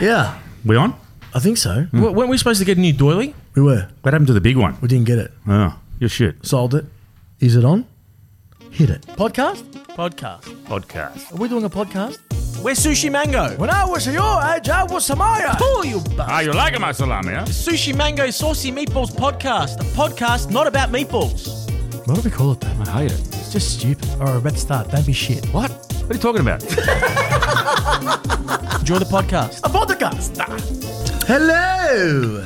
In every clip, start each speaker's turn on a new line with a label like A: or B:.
A: Yeah,
B: We on?
A: I think so.
C: W- weren't we supposed to get a new doily?
A: We were.
B: What happened to the big one?
A: We didn't get it.
B: Oh, your shit.
A: Sold it. Is it on? Hit it. Podcast? Podcast.
B: Podcast.
A: Are we doing a podcast?
C: We're Sushi Mango.
A: When I was your age, I was Samaya.
C: Oh, you bastard.
B: Ah, you like my salami, huh?
C: Sushi Mango Saucy Meatballs Podcast. A podcast not about meatballs.
A: Why do we call it that?
B: I hate it.
A: It's just stupid. All right, let's start. Don't be shit.
B: What? What are you talking about?
C: Enjoy the podcast.
A: A podcast. Ah. Hello.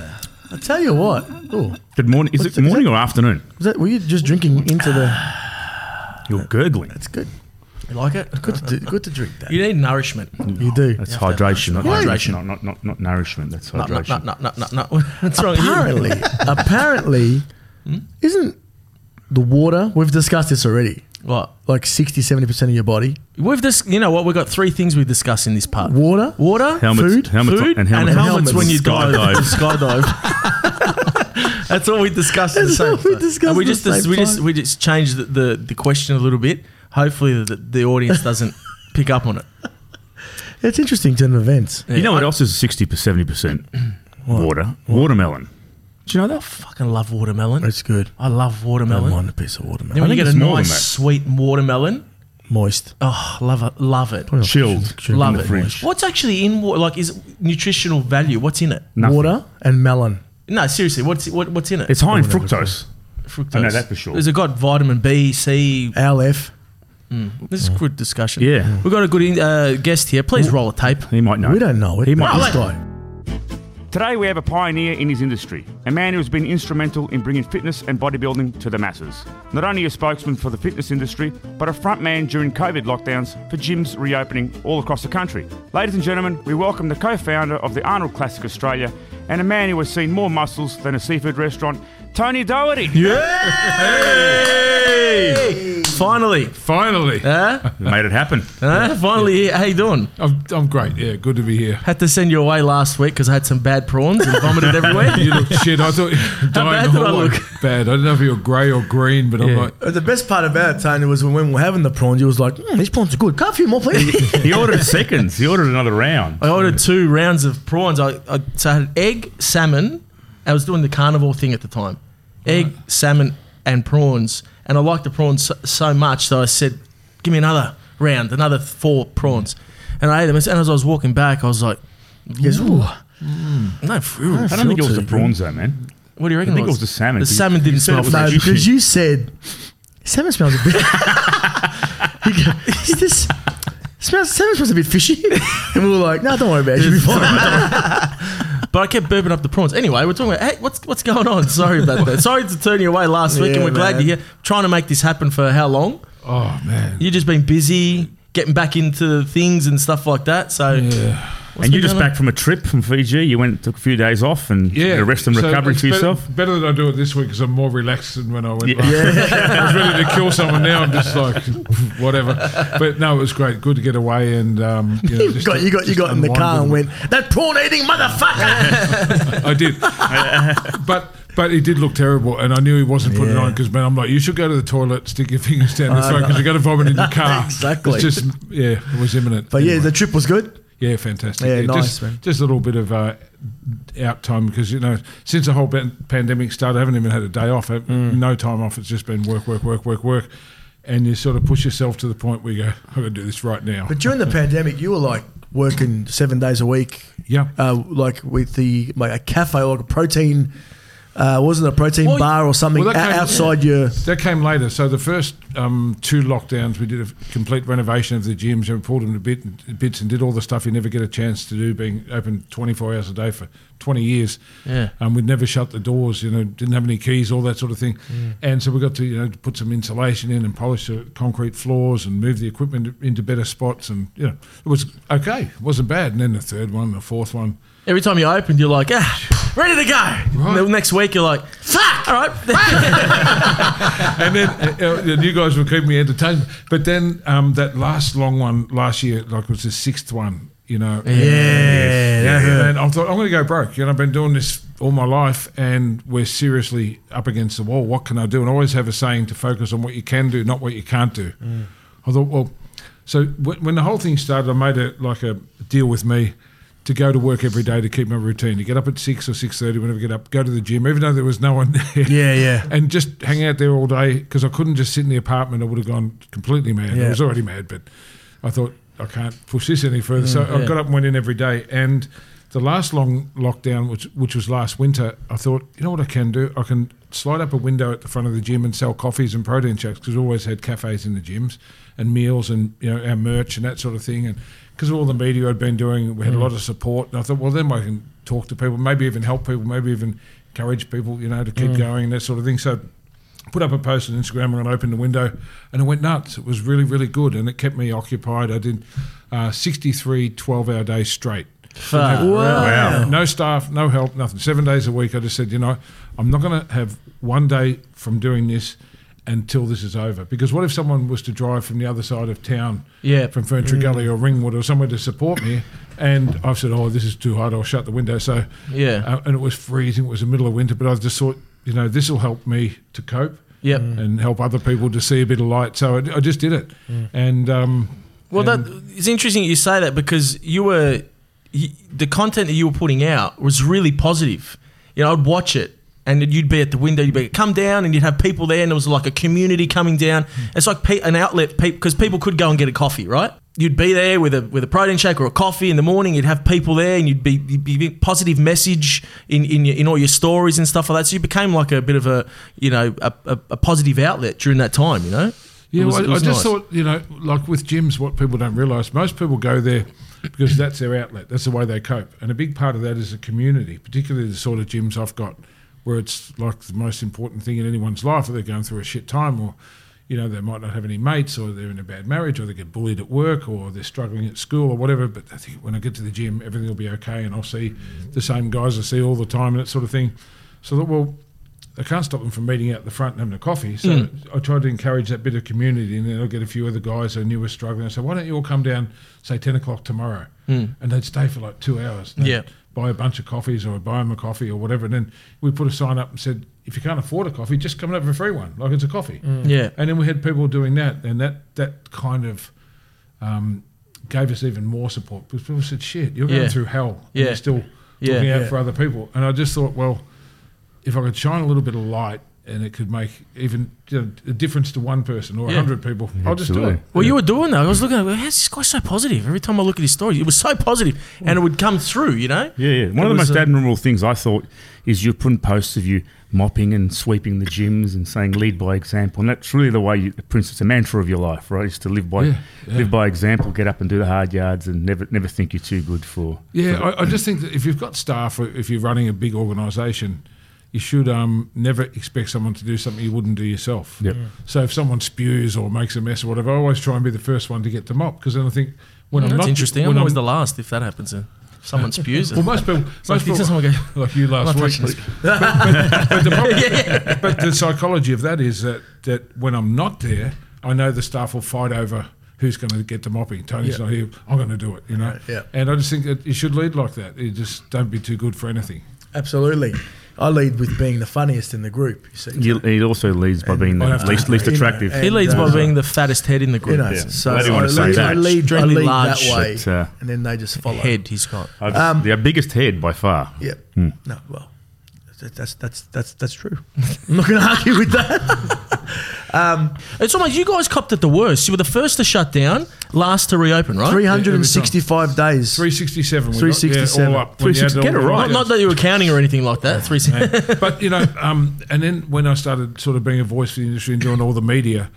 A: I tell you what. Oh,
B: Good morning. Is it morning or afternoon?
A: was that? Were you just drinking into the?
B: You're gurgling.
A: It's good.
C: You like it?
A: Good to do, good to drink that.
C: You need nourishment.
A: You do.
B: That's
C: have to have
B: hydration, not
C: nourishment.
B: hydration, not, not, not, not nourishment. That's
C: No, no,
B: hydration.
C: no, no, no, no, no. What's wrong with you?
A: apparently, apparently, Hmm? isn't the water? We've discussed this already.
C: What?
A: Like 60, 70 percent of your body.
C: We've this, you know what? We've got three things we discuss in this part.
A: Water.
C: Water,
B: Helmets-
C: food,
B: helmets-
C: food,
B: and helmets-
A: helmets.
C: when you
B: Skydive.
C: dive, skydive. That's all we discussed. at the
A: That's
C: same
A: all we
C: time.
A: discussed
C: And we
A: at the
C: just dis-
A: same
C: we just
A: time.
C: we just changed the, the, the question a little bit. Hopefully, the, the audience doesn't pick up on it.
A: It's interesting to an event.
B: You know what else is 60 to 70% water? Watermelon. Do you know that?
C: Fucking love watermelon.
A: It's good.
C: I love
A: I
C: watermelon.
A: mind a piece of watermelon.
C: Then when
B: I
C: you
B: think
C: get a
B: it's more than
C: nice
B: that.
C: sweet watermelon,
A: Moist.
C: oh, love it, love it,
B: Chilled.
C: love
B: the
C: it.
B: fridge.
C: What's actually in water? Like, is it nutritional value? What's in it?
B: Nothing.
A: Water and melon.
C: No, seriously, what's what, what's in it?
B: It's high in fructose.
C: fructose.
B: I know that for sure.
C: Has it got vitamin B, C?
A: LF.
C: This is good discussion.
B: Yeah.
C: We've got a good uh, guest here. Please roll a tape.
B: He might know.
A: We don't know it.
B: He
A: but
B: might
A: this
B: know.
A: guy.
D: Today, we have a pioneer in his industry, a man who has been instrumental in bringing fitness and bodybuilding to the masses. Not only a spokesman for the fitness industry, but a frontman during COVID lockdowns for gyms reopening all across the country. Ladies and gentlemen, we welcome the co founder of the Arnold Classic Australia and a man who has seen more muscles than a seafood restaurant, Tony Doherty.
C: Finally.
E: Finally,
A: Uh,
C: Huh?
B: Made it happen.
C: Huh? Finally, here. how you doing?
E: I'm, I'm great. Yeah, good to be here.
C: Had to send you away last week because I had some bad prawns and vomited everywhere.
E: You look shit. I thought dying
C: bad
E: the
C: do I
E: whole
C: look?
E: way. Bad. I don't know if you're grey or green, but I'm like,
A: But the best part about it, Tony, was when we were having the prawns, you was like, mm, these prawns are good. Can't a few more, please?
B: He ordered seconds. He ordered another round.
C: I ordered two rounds of prawns. I, I, so I had egg, salmon. I was doing the carnival thing at the time. Egg, salmon, and prawns. And I liked the prawns so, so much, so I said, give me another round, another four prawns. And I ate them. And as I was walking back, I was like,
A: Yes, ooh.
C: no, food.
B: I don't think it was the
A: Filtered.
B: prawns though, man.
C: What do you reckon?
B: I think it was the salmon.
C: The
B: You-
C: salmon
B: you
C: didn't
B: said it
C: smell
B: was
C: fresh.
A: No,
B: sushi.
A: because you said salmon smells a bit. You go, Is this smells salmon smells a bit fishy? And we were like, no, don't worry about it. You'll be fine.
C: But I kept burping up the prawns. Anyway, we're talking about hey, what's what's going on? Sorry about that. Sorry to turn you away last week, and
A: Yeah,
C: we're glad
A: man.
C: you're here. Trying to make this happen for how long?
E: oh man.
C: You just been busy getting back into things and stuff like that. So,
E: Yeah.
C: what's
B: and
C: been
B: you just
C: going on?
B: back from a trip from Fiji. You went took a few days off and
E: Yeah.
B: a rest and
E: So
B: recovery
E: it's
B: for
E: bet-
B: yourself.
E: Better that I do it this week because I'm more relaxed than when I went.
B: Yeah.
E: last week. I was ready to kill someone. Now I'm just like, whatever. But no, it was great. Good to get away and um, you know,
A: You
E: just
A: got,
E: to-
A: you got, you
E: just
A: got in the
E: unwind a
A: car and
E: little
A: went, that prawn eating motherfucker.
E: I did, but but he did look terrible, and I knew he wasn't putting it
A: Yeah.
E: on because man, I'm like, you should go to the toilet, stick your fingers down this way because you're going to vomit in the car.
A: Exactly.
E: It's just yeah, it was imminent.
A: But yeah,
E: Anyway.
A: the trip was good.
E: yeah, fantastic.
A: Yeah, nice,
E: just,
A: man.
E: just a little bit of uh, out time because you know since the whole ban- pandemic started, I haven't even had a day off. I-
A: Mm.
E: No time off. It's just been work, work, work, work, work, and you sort of push yourself to the point where you go, I'm going to do this right now.
A: But during the pandemic, you were like working seven days a week.
E: Yeah.
A: Uh, like with the like a cafe, like a protein. Uh, wasn't it a protein
C: Well,
A: bar or something
E: well, that
A: o-
E: came-
A: outside your?
E: That came later. So the first um, two lockdowns, we did a f- complete renovation of the gyms and pulled them to bit, bits and did all the stuff you never get a chance to do, being open 24 hours a day for 20 years.
C: Yeah.
E: And we'd never shut the doors, you know, didn't have any keys, all that sort of thing. And so we got to, you know, put some insulation in and polish the concrete floors and move the equipment into better spots. And, you know, it was okay. It wasn't bad. And then the third one, the fourth one.
C: every time you opened, you're like, ah, ready to go. And then next week, you're like, fuck. All right.
E: and then uh, uh, you guys were keeping me entertained. But then um, that last long one last year, like it was the sixth one, you know. Yeah. And I thought, I'm going to go broke. You know, I've been doing this all my life and we're seriously up against the wall. What can I do? And I always have a saying to focus on what you can do, not what you can't do. I thought, well, So when, when the whole thing started, I made a like a deal with me to go to work every day to keep my routine. To get up at six or six thirty, whenever I get up, go to the gym, even though there was no one there.
A: Yeah, yeah.
E: And just hang out there all day because I couldn't just sit in the apartment. I would have gone completely mad.
A: Yeah.
E: I was already mad, but I thought I can't push this any further. so I
C: yeah.
E: got up and went in every day. And the last long lockdown, which which was last winter, I thought, you know what I can do? I can slide up a window at the front of the gym and sell coffees and protein shakes because we always had cafes in the gyms and meals and you know our merch and that sort of thing. And because of all the media I'd been doing, we had a lot of support. And I thought, well, then I can talk to people, maybe even help people, maybe even encourage people, you know, to keep going and that sort of thing. So put up a post on Instagram and I opened the window and it went nuts. It was really, really good and it kept me occupied. I did uh, 63 12 hour days straight.
C: Fuck.
E: Wow.
A: Uh,
E: No staff, no help, nothing. Seven days a week. I just said, you know, I'm not going to have one day from doing this until this is over. Because what if someone was to drive from the other side of town,
C: Yeah. Mm.
E: from Ferntree Gully or Ringwood or somewhere to support me? And I've said, oh, this is too hard. I'll shut the window. So,
C: Yeah.
E: uh, and it was freezing. It was the middle of winter, but I just thought, you know, this will help me to cope
C: Yep.
E: and help other people to see a bit of light. So I, I just did it,
C: Mm.
E: and um,
C: Well,
E: and-
C: that it's interesting you say that because you were y the content that you were putting out was really positive. You know, I'd watch it. And then you'd be at the window, you'd be come down, and you'd have people there, and it was like a community coming down. It's like pe- an outlet, because people could go and get a coffee, right? You'd be there with a with a protein shake or a coffee in the morning. You'd have people there, and you'd be, you'd be a positive message in in, your, in all your stories and stuff like that. So you became like a bit of a you know a, a, a positive outlet during that time. You know,
E: yeah,
C: It was-
E: well,
C: it
E: I, I
C: was
E: just
C: nice.
E: thought, you know, like with gyms, what people don't realise, most people go there because that's their outlet, that's the way they cope, and a big part of that is a community, particularly the sort of gyms I've got, where it's like the most important thing in anyone's life, or they're going through a shit time, or you know, they might not have any mates, or they're in a bad marriage, or they get bullied at work, or they're struggling at school, or whatever. But I think when I get to the gym, everything will be okay, and I'll see the same guys I see all the time, and that sort of thing. So that well, I can't stop them from meeting out the front and having a coffee. So I tried to encourage that bit of community, and then I'll get a few of the guys I knew were struggling. I said, "Why don't you all come down, say ten o'clock tomorrow?" And they'd stay for like two hours. and they'd
C: Yeah.
E: Buy a bunch of coffees, or buy them a coffee, or whatever. And then we put a sign up and said, "If you can't afford a coffee, just come and have a free one, like it's a coffee."
C: yeah,
E: And then we had people doing that, and that that kind of um, gave us even more support because people said, "Shit, you're going
C: Yeah.
E: through hell, and
C: Yeah.
E: you're still
C: Yeah.
E: looking out
A: Yeah.
E: for other people." And I just thought, well, if I could shine a little bit of light, and it could make even you know, a difference to one person or a
C: Yeah.
E: hundred people, I'll just do it.
B: Absolutely.
C: Well, you were doing that. I was looking at, how's this guy so positive? Every time I look at his story, it was so positive and it would come through, you know?
B: Yeah, yeah. One
C: It
B: of the
C: was,
B: most
C: uh,
B: admirable things I thought is you're putting posts of you mopping and sweeping the gyms and saying lead by example, and that's really the way. You, for instance, a mantra of your life, right? Is to live by live by example, get up and do the hard yards, and never never think you're too good for.
E: Yeah, I, I just think that if you've got staff, or if you're running a big organisation, you should um, never expect someone to do something you wouldn't do yourself.
B: Yep.
E: So if someone spews or makes a mess or whatever, I always try and be the first one to get them up because then I think when I'm
C: That's
E: not
C: interesting.
E: when
C: I'm always the last if that happens. And someone spews it.
E: well, most people,
C: like,
E: most
C: this
E: people,
C: is someone go-
E: like you last
C: I'm not
E: week.
C: touching this.
E: But the, problem,
C: yeah.
E: but the psychology of that is that, that when I'm not there, I know the staff will fight over who's going to get the mopping. Tony's not here. I'm going to do it. You know.
A: Yeah.
E: And I just think that you should lead like that. You just don't be too good for anything.
A: Absolutely. I lead with being the funniest in the group. You see.
B: You, it also leads by being
E: I'd
B: the
E: have to
B: least,
E: agree.
B: least
A: You know,
B: attractive.
A: and-
C: He leads by
A: Yeah.
C: being the fattest head in the
A: You
C: group.
A: know,
B: Yeah.
A: so
B: Glad you
A: I,
B: wanna say
A: lead,
B: that.
A: I lead, I
C: Extremely
A: lead
C: large
A: that way,
B: shit, uh,
A: and then they just follow.
C: Head he's got.
B: I've-
A: Um,
B: the biggest head by far.
A: Yeah.
E: Hmm.
A: No. Well, that- that's that's that's that's true. I'm not going to argue with that.
C: It's almost, you guys copped it the worst. You were the first to shut down, last to reopen, right?
A: 365 days.
E: 367. we got,
A: 367.
E: yeah, all up. when you had
B: 360 get
E: all
B: it
E: the
B: right.
C: Not,
E: volumes.
C: not that you were counting or anything like that. 360.
E: but you know, um, and then when I started sort of being a voice for the industry and doing all the media,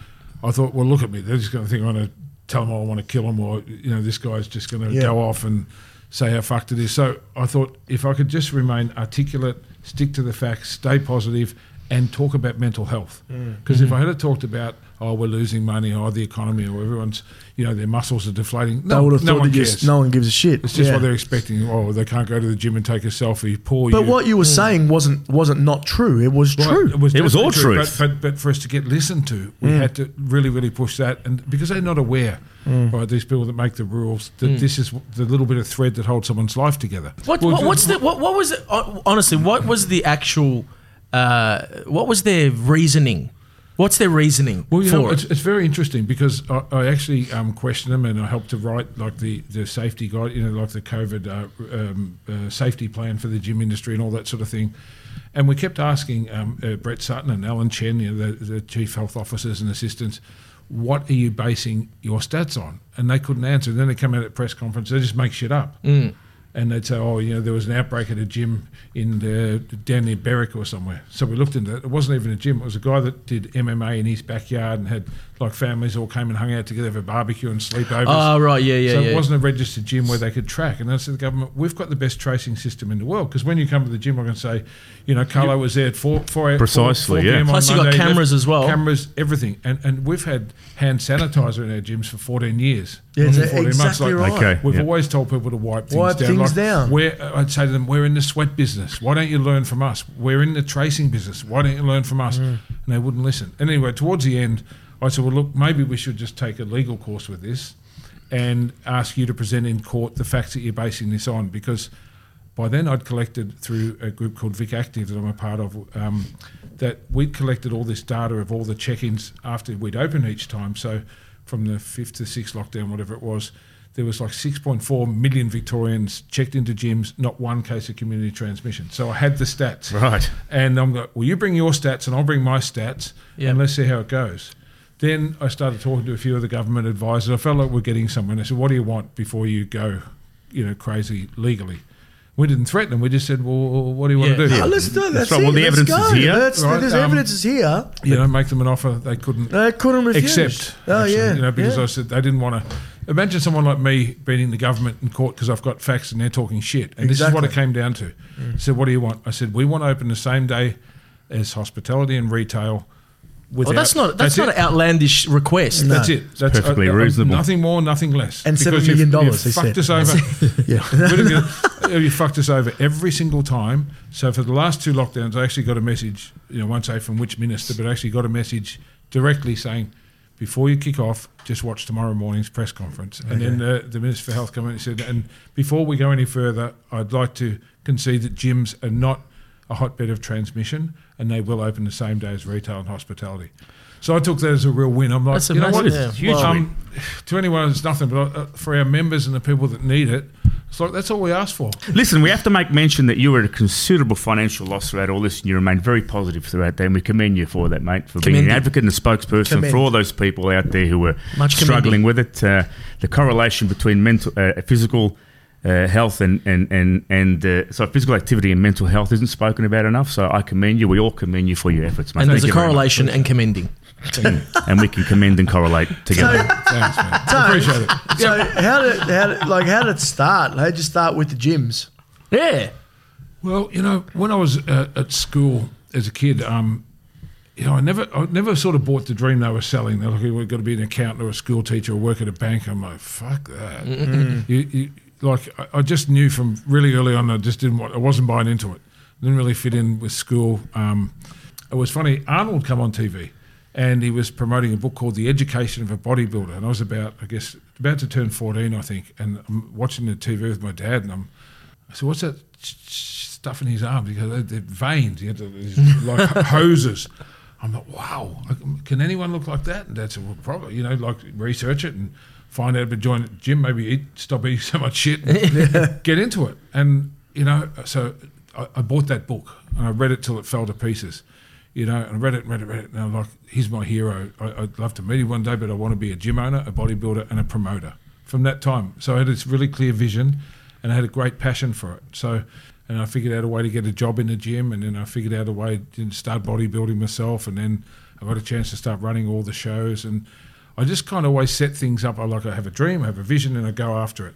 E: I thought, well, look at me. They're just going to think I'm going to tell them I want to kill them, or you know, this guy's just going to
A: Yeah.
E: go off and say how fucked it is. So I thought if I could just remain articulate, stick to the facts, stay positive, and talk about mental health,
A: Mm.
E: because if I
A: Mm-hmm.
E: had have talked about oh we're losing money, or the economy, or everyone's you know their muscles are deflating,
A: I
E: no,
A: would have
E: no
A: thought
E: one
A: that you-
E: cares.
A: no one gives a shit.
E: It's just
A: Yeah.
E: what they're expecting. Oh, they can't go to the gym and take a selfie. Poor
A: But
E: you. Hmm.
A: what you were saying wasn't wasn't not true. It was
E: Right,
A: true. Mm.
E: It was,
B: It was
E: definitely
B: all
E: true.
B: truth.
E: But, but, but for us to get listened to, we had to really, really push that. And because they're not aware,
A: Mm.
E: right, these people that make the rules, that
B: Mm.
E: this is the little bit of thread that holds someone's life together.
C: What,
E: Well,
C: what, what's the what, what uh, was it, hon- honestly? What was the actual? Uh, what was their reasoning? What's their reasoning
E: Well, you
C: for
E: know,
C: it?
E: it's, it's very interesting because I, I actually um, questioned them and I helped to write like the, the safety guide, you know, like the COVID uh, um, uh, safety plan for the gym industry and all that sort of thing. And we kept asking um, uh, Brett Sutton and Alan Chen, you know, the, the chief health officers and assistants, what are you basing your stats on? And they couldn't answer. And then they come out at press conference, they just make shit up.
C: Mm.
E: And they'd say, oh, you know, there was an outbreak at a gym in the, down near Berwick or somewhere. So we looked into it. It wasn't even a gym. It was a guy that did MMA in his backyard and had like families all came and hung out together for barbecue and sleepovers.
C: Oh, right, yeah, yeah,
E: So
C: yeah.
E: it wasn't a registered gym where they could track. And I said to the government, we've got the best tracing system in the world because when you come to the gym, I can say, you know, Carlo was there at 4, 4
B: Precisely,
E: 4
B: yeah.
E: PM on
C: Plus you've got
E: Monday,
C: cameras as well.
E: Cameras, everything. And, and we've had hand sanitizer in our gyms for 14 years.
A: Yeah,
E: Not for
A: it's exactly right.
B: Okay.
E: We've
B: yeah.
E: always told people to wipe things
A: Wipe
E: down.
A: things down.
E: We're, I'd say to them, we're in the sweat business. Why don't you learn from us? We're in the tracing business. Why don't you learn from us?
A: Mm.
E: And they wouldn't listen. And anyway, towards the end, I said, well, look, maybe we should just take a legal course with this and ask you to present in court the facts that you're basing this on because by then I'd collected through a group called Vic Active that I'm a part of um, that we'd collected all this data of all the check-ins after we'd open each time. So from the fifth to sixth lockdown, whatever it was, there was like 6.4 million Victorians checked into gyms, not one case of community transmission. So I had the stats.
B: Right.
E: And I'm like, well, you bring your stats and I'll bring my stats
C: Yeah.
E: and let's see how it goes. Then I started talking to a few of the government advisors. I felt like we're getting somewhere. And I said, what do you want before you go, you know, crazy legally? We didn't threaten them. We just said, well, what do you want
C: Yeah.
E: to do?
A: Oh, let's do it. That's
B: right.
A: it.
B: Well, the
A: Let's
B: evidence
A: go.
B: is here.
A: That's,
E: Right,
A: There's
E: um,
A: evidence is here.
E: You know, make them an offer. They couldn't
A: They couldn't refuse.
E: accept.
A: Oh
E: actually,
A: yeah.
E: You know, because
A: yeah.
E: I said they didn't want to. Imagine someone like me beating the government in court because I've got facts and they're talking shit. And this is what
A: Exactly. Mm.
E: it came down to. So what do you want? I said we want to open the same day as hospitality and retail.
C: Well,
E: Without,
C: Oh, that's not that's, not
E: it.
C: an outlandish request.
E: That's it. That's uh,
B: perfectly reasonable.
E: Nothing more, nothing less.
A: And
E: Because
A: $7 million
E: you've- you've
A: they
E: fucked
A: said.
E: us over.
A: Yeah.
E: We didn't get- you fucked us over every single time. So for the last two lockdowns, I actually got a message. You know, I won't say from which minister, but I actually got a message directly saying, "Before you kick off, just watch tomorrow morning's press conference." And then uh, the, the minister for health came in and said, "And before we go any further, I'd like to concede that gyms are not a hotbed of transmission, and they will open the same day as retail and hospitality." So I took that as a real win. I'm like,
C: That's a
E: you know what?
C: massive- yeah, It's huge well-
E: Um, to anyone, it's nothing. But uh, for our members and the people that need it, it's like that's all we ask for.
B: Listen, we have to make mention that you were at a considerable financial loss throughout all this, and you remained very positive throughout that. And we commend you for that, mate, for being
C: Commended.
B: an advocate and a spokesperson
A: Commend.
B: for all those people out there who were
C: Much
B: struggling with it. Uh, the correlation between mental, uh, physical uh, health and and and and uh, so physical activity and mental health isn't spoken about enough. So I commend you. We all commend you for your efforts, mate.
C: and
B: Thank
C: there's a
B: you very much.
C: correlation and commending.
B: and we can commend and correlate together.
E: Thanks, man. Appreciate it.
A: So how did, how did like how did it start? How'd you start with the gyms?
C: Yeah.
E: Well, you know, when I was uh, at school as a kid, um, you know, I never, I never sort of bought the dream they were selling. They're like, we've got to be an accountant or a school teacher or work at a bank. I'm like, fuck that. You, you, like, I, I just knew from really early on, I just didn't want, I wasn't buying into it. Didn't really fit in with school. Um, it was funny. Arnold come on TV, and he was promoting a book called The Education of a Bodybuilder. And I was about, I guess, about to turn 14, I think. And I'm watching the TV with my dad, and I'm I said, "What's that sh- sh- stuff in his arms?" He goes, "They're- "They're veins, he had these, like hoses." I'm like, "Wow, I- can anyone look like that?" And Dad said, "Well, probably, you know, like research it and find out about joining the gym. Maybe eat, stop eating so much shit, and get into it." And you know, so I, I bought that book and I read it till it fell to pieces. You know, and I read it, read it, read it, and I'm like, "He's my hero. I, I'd love to meet him one day, but I want to be a gym owner, a bodybuilder, and a promoter." From that time, so I had this really clear vision and I had a great passion for it. So, and I figured out a way to get a job in the gym, and then I figured out a way to start bodybuilding myself, and then I got a chance to start running all the shows, and I just kind of always set things up. I like I have a dream, I have a vision, and I go after it.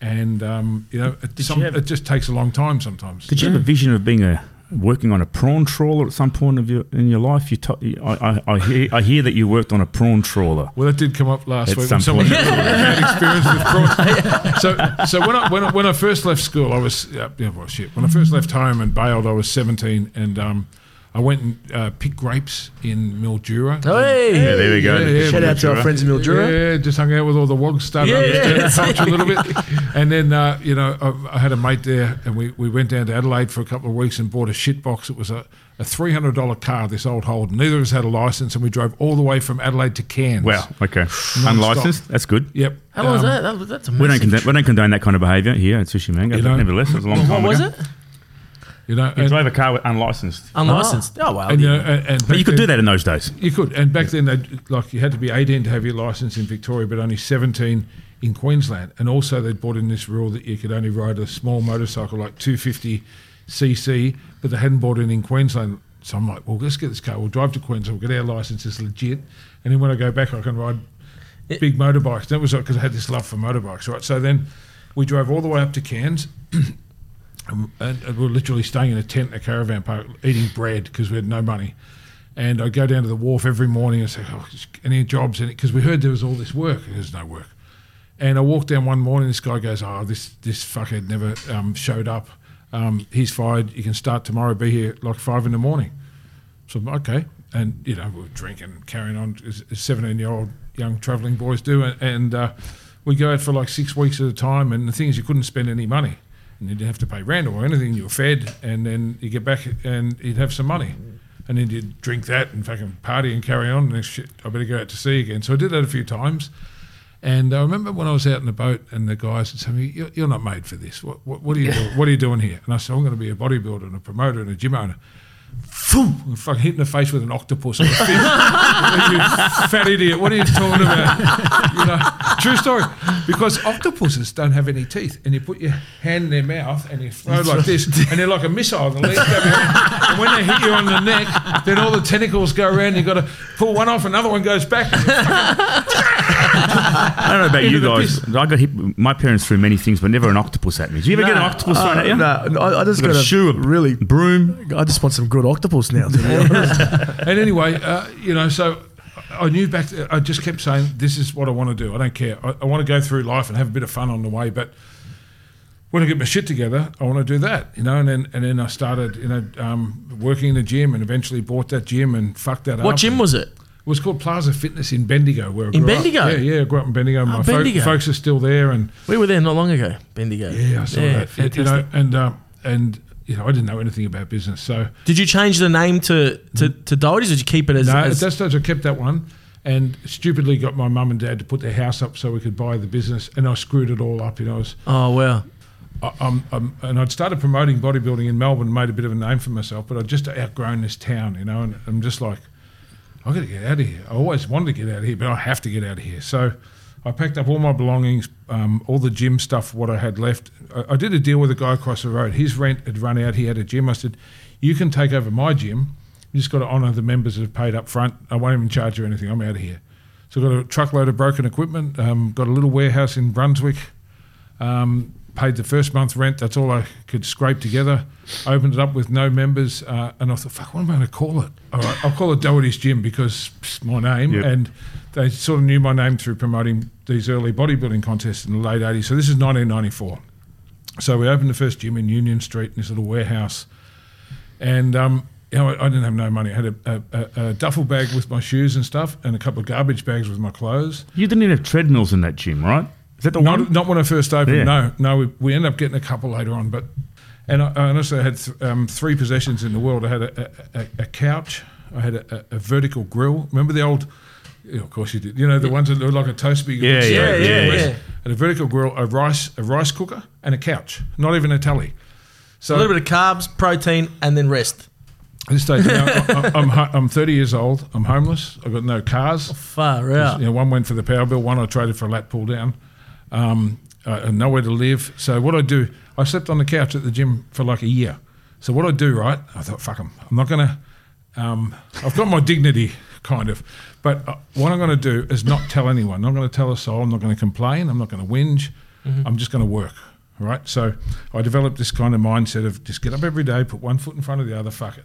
E: And um, you know, it, some,
B: you have-
E: it just takes a long time sometimes.
B: Did you
F: Mm.
B: have a vision of being a working on a prawn trawler at some point of your in your life? You, t- I, I, I hear I hear that you worked on a prawn trawler.
E: Well, that did come up last
B: At
E: week.
B: some
E: when someone
B: point.
E: had experience with prawns. So, so when I, when I when I uh, first left school, I was yeah, yeah, well, shit. When I first left home and bailed, I was seventeen, and um, I went and uh, picked grapes in Mildura.
C: Oh, Hey.
F: Yeah, there we go.
E: Yeah, yeah.
A: Shout out to our friends in Mildura.
E: Yeah, just hung out with all the wogs, started
C: Yeah.
E: to understand the culture a little bit. And then, uh, you know, I, I had a mate there, and we, we went down to Adelaide for a couple of weeks and bought a shit box. It was a, a $300 car, this old Holden. Neither of us had a license, and we drove all the way from Adelaide to Cairns.
F: Wow. Okay. Unlicensed. That's good.
E: Yep.
C: How long was
E: Um,
C: that? that was, that's amazing.
F: We don't condone, we don't condone that kind of behaviour here at Sushi Mango.
E: You
F: but
E: know-
F: nevertheless, it was a long
C: What
F: time
C: was
F: ago.
C: it?
E: You know,
F: You
E: and,
F: drove a car with unlicensed.
C: Unlicensed. Oh, wow.
E: and, you know, and, and
F: But you
E: back
F: could do
E: then-
F: that in those days.
E: You could, and back then, they'd, like you had to be 18 to have your license in Victoria, but only 17 in Queensland. And also, they brought in this rule that you could only ride a small motorcycle like 250 cc, but they hadn't brought it in Queensland. So I'm like, well, let's get this car. We'll drive to Queensland. We'll get our licenses legit, and then when I go back, I can ride big motorbikes. That was because I had this love for motorbikes, right? So then we drove all the way up to Cairns. and Um, and we were literally staying in a tent in a caravan park, eating bread because we had no money. And I go down to the wharf every morning and say, "Oh, is any jobs in it?" Because we heard there was all this work. and There's no work. And I walked down one morning. This guy goes, "Oh, this this fuckhead never um, showed up. Um, he's fired. You can start tomorrow. Be here like five in the morning." So I'm, okay, and you know we were drinking, carrying on as as seventeen-year-old young travelling boys do, and, and uh, we go out for like six weeks at a time. And the thing is, you couldn't spend any money, and you didn't have to pay rent or anything. You were fed, and then you get back and you'd have some money, and then you'd drink that and fucking party and carry on. And shit, I better go out to sea again. So I did that a few times. And I remember when I was out in the boat, and the guy said to me, "You're, you're not made for this. What, what, what are you doing? What are you doing here?" And I said, "I'm going to be a bodybuilder and a promoter and a gym owner." Phoom! And fucking hit in the face with an octopus. Or a fish. you fat idiot! What are you talking about? You know, true story. Because octopuses don't have any teeth, and you put your hand in their mouth and you throw like this, and they're like a missile. The legs go behind. and when they hit you on the neck, then all the tentacles go around. You've got to pull one off, another one goes back.
F: I don't know about you
E: Into the
F: guys. I got hit. My parents threw many things, but never an octopus at me. Did you ever get an octopus thrown at you?
A: Uh, no, I, I just
F: Got
A: got,
F: a
A: a
F: shoe, a
A: really broom. I just want some good octopus now. To be honest.
E: and anyway, uh, you know, so I knew back. I just kept saying, "This is what I want to do. I don't care. I, I want to go through life and have a bit of fun on the way." But when I get my shit together, I want to do that, you know. And then and then I started, you know, um, working in a gym, and eventually bought that gym and fucked that up.
C: What gym was it?
E: It was called Plaza Fitness in Bendigo, where I grew
C: Bendigo? Oh,
E: Up. Yeah, yeah, I grew up in Bendigo. My fol-
C: Bendigo.
E: folks are still there, and
C: We were there not long ago. Bendigo.
E: yeah, I saw that.
C: Fantastic.
E: You know, and um, and you know, I didn't know anything about business, so.
C: Did you change the name to to, to Doherty's? Or did you keep it as?
E: No,
C: as
E: at that stage I kept that one and stupidly got my mum and dad to put their house up so we could buy the business and I screwed it all up. You know, I was,
C: oh wow.
E: I, I'm, I'm, and I'd started promoting bodybuilding in Melbourne, made a bit of a name for myself, but I'd just outgrown this town, you know, and I'm just like, i got to get out of here. I always wanted to get out of here, but I have to get out of here. So I packed up all my belongings, um, all the gym stuff, what I had left. I, I did a deal with a guy across the road. His rent had run out. He had a gym. I said, You can take over my gym. You just got to honour the members that have paid up front. I won't even charge you anything. I'm out of here. So I got a truckload of broken equipment, um, got a little warehouse in Brunswick, um, paid the first month rent. That's all I could scrape together. Opened it up with no members, uh, and I thought, "Fuck, what am I going to call it?" All right, I'll call it Doherty's Gym because it's my name,
F: Yep.
E: and they sort of knew my name through promoting these early bodybuilding contests in the late '80s. So this is 1994. So we opened the first gym in Union Street in this little warehouse, and um, you know, I, I didn't have no money. I had a, a, a, a duffel bag with my shoes and stuff, and a couple of garbage bags with my clothes.
F: You didn't even have treadmills in that gym, right? Is that the
E: Not,
F: one?
E: not when I first opened.
F: Yeah.
E: No, no. We, we ended up getting a couple later on, but and I, I honestly had th- um, three possessions in the world. I had a, a, a, a couch. I had a, a, a vertical grill. Remember the old? yeah, of course you did. You know the ones that look like a toast. But you
F: Yeah, yeah,
E: straight
F: yeah,
E: in.
C: yeah.
E: And a vertical grill, a rice, a rice cooker, and a couch. Not even a telly. So
C: A little bit of carbs, protein, and then rest.
E: at this stage, you know, I, I'm, ho- I'm 30 years old. I'm homeless. I've got no cars.
C: Far out.
E: You know, one went for the power bill, one I traded for a lat pull down, um, uh, and nowhere to live. So what I do, I slept on the couch at the gym for like a year. So what I do, right? I thought, fuck 'em. I'm not gonna. Um, I've got my dignity, kind of. But uh, what I'm going to do is not tell anyone. I'm not going to tell a soul. I'm not going to complain. I'm not going to whinge. I'm just going to work. All right. So I developed this kind of mindset of just get up every day, put one foot in front of the other. Fuck it.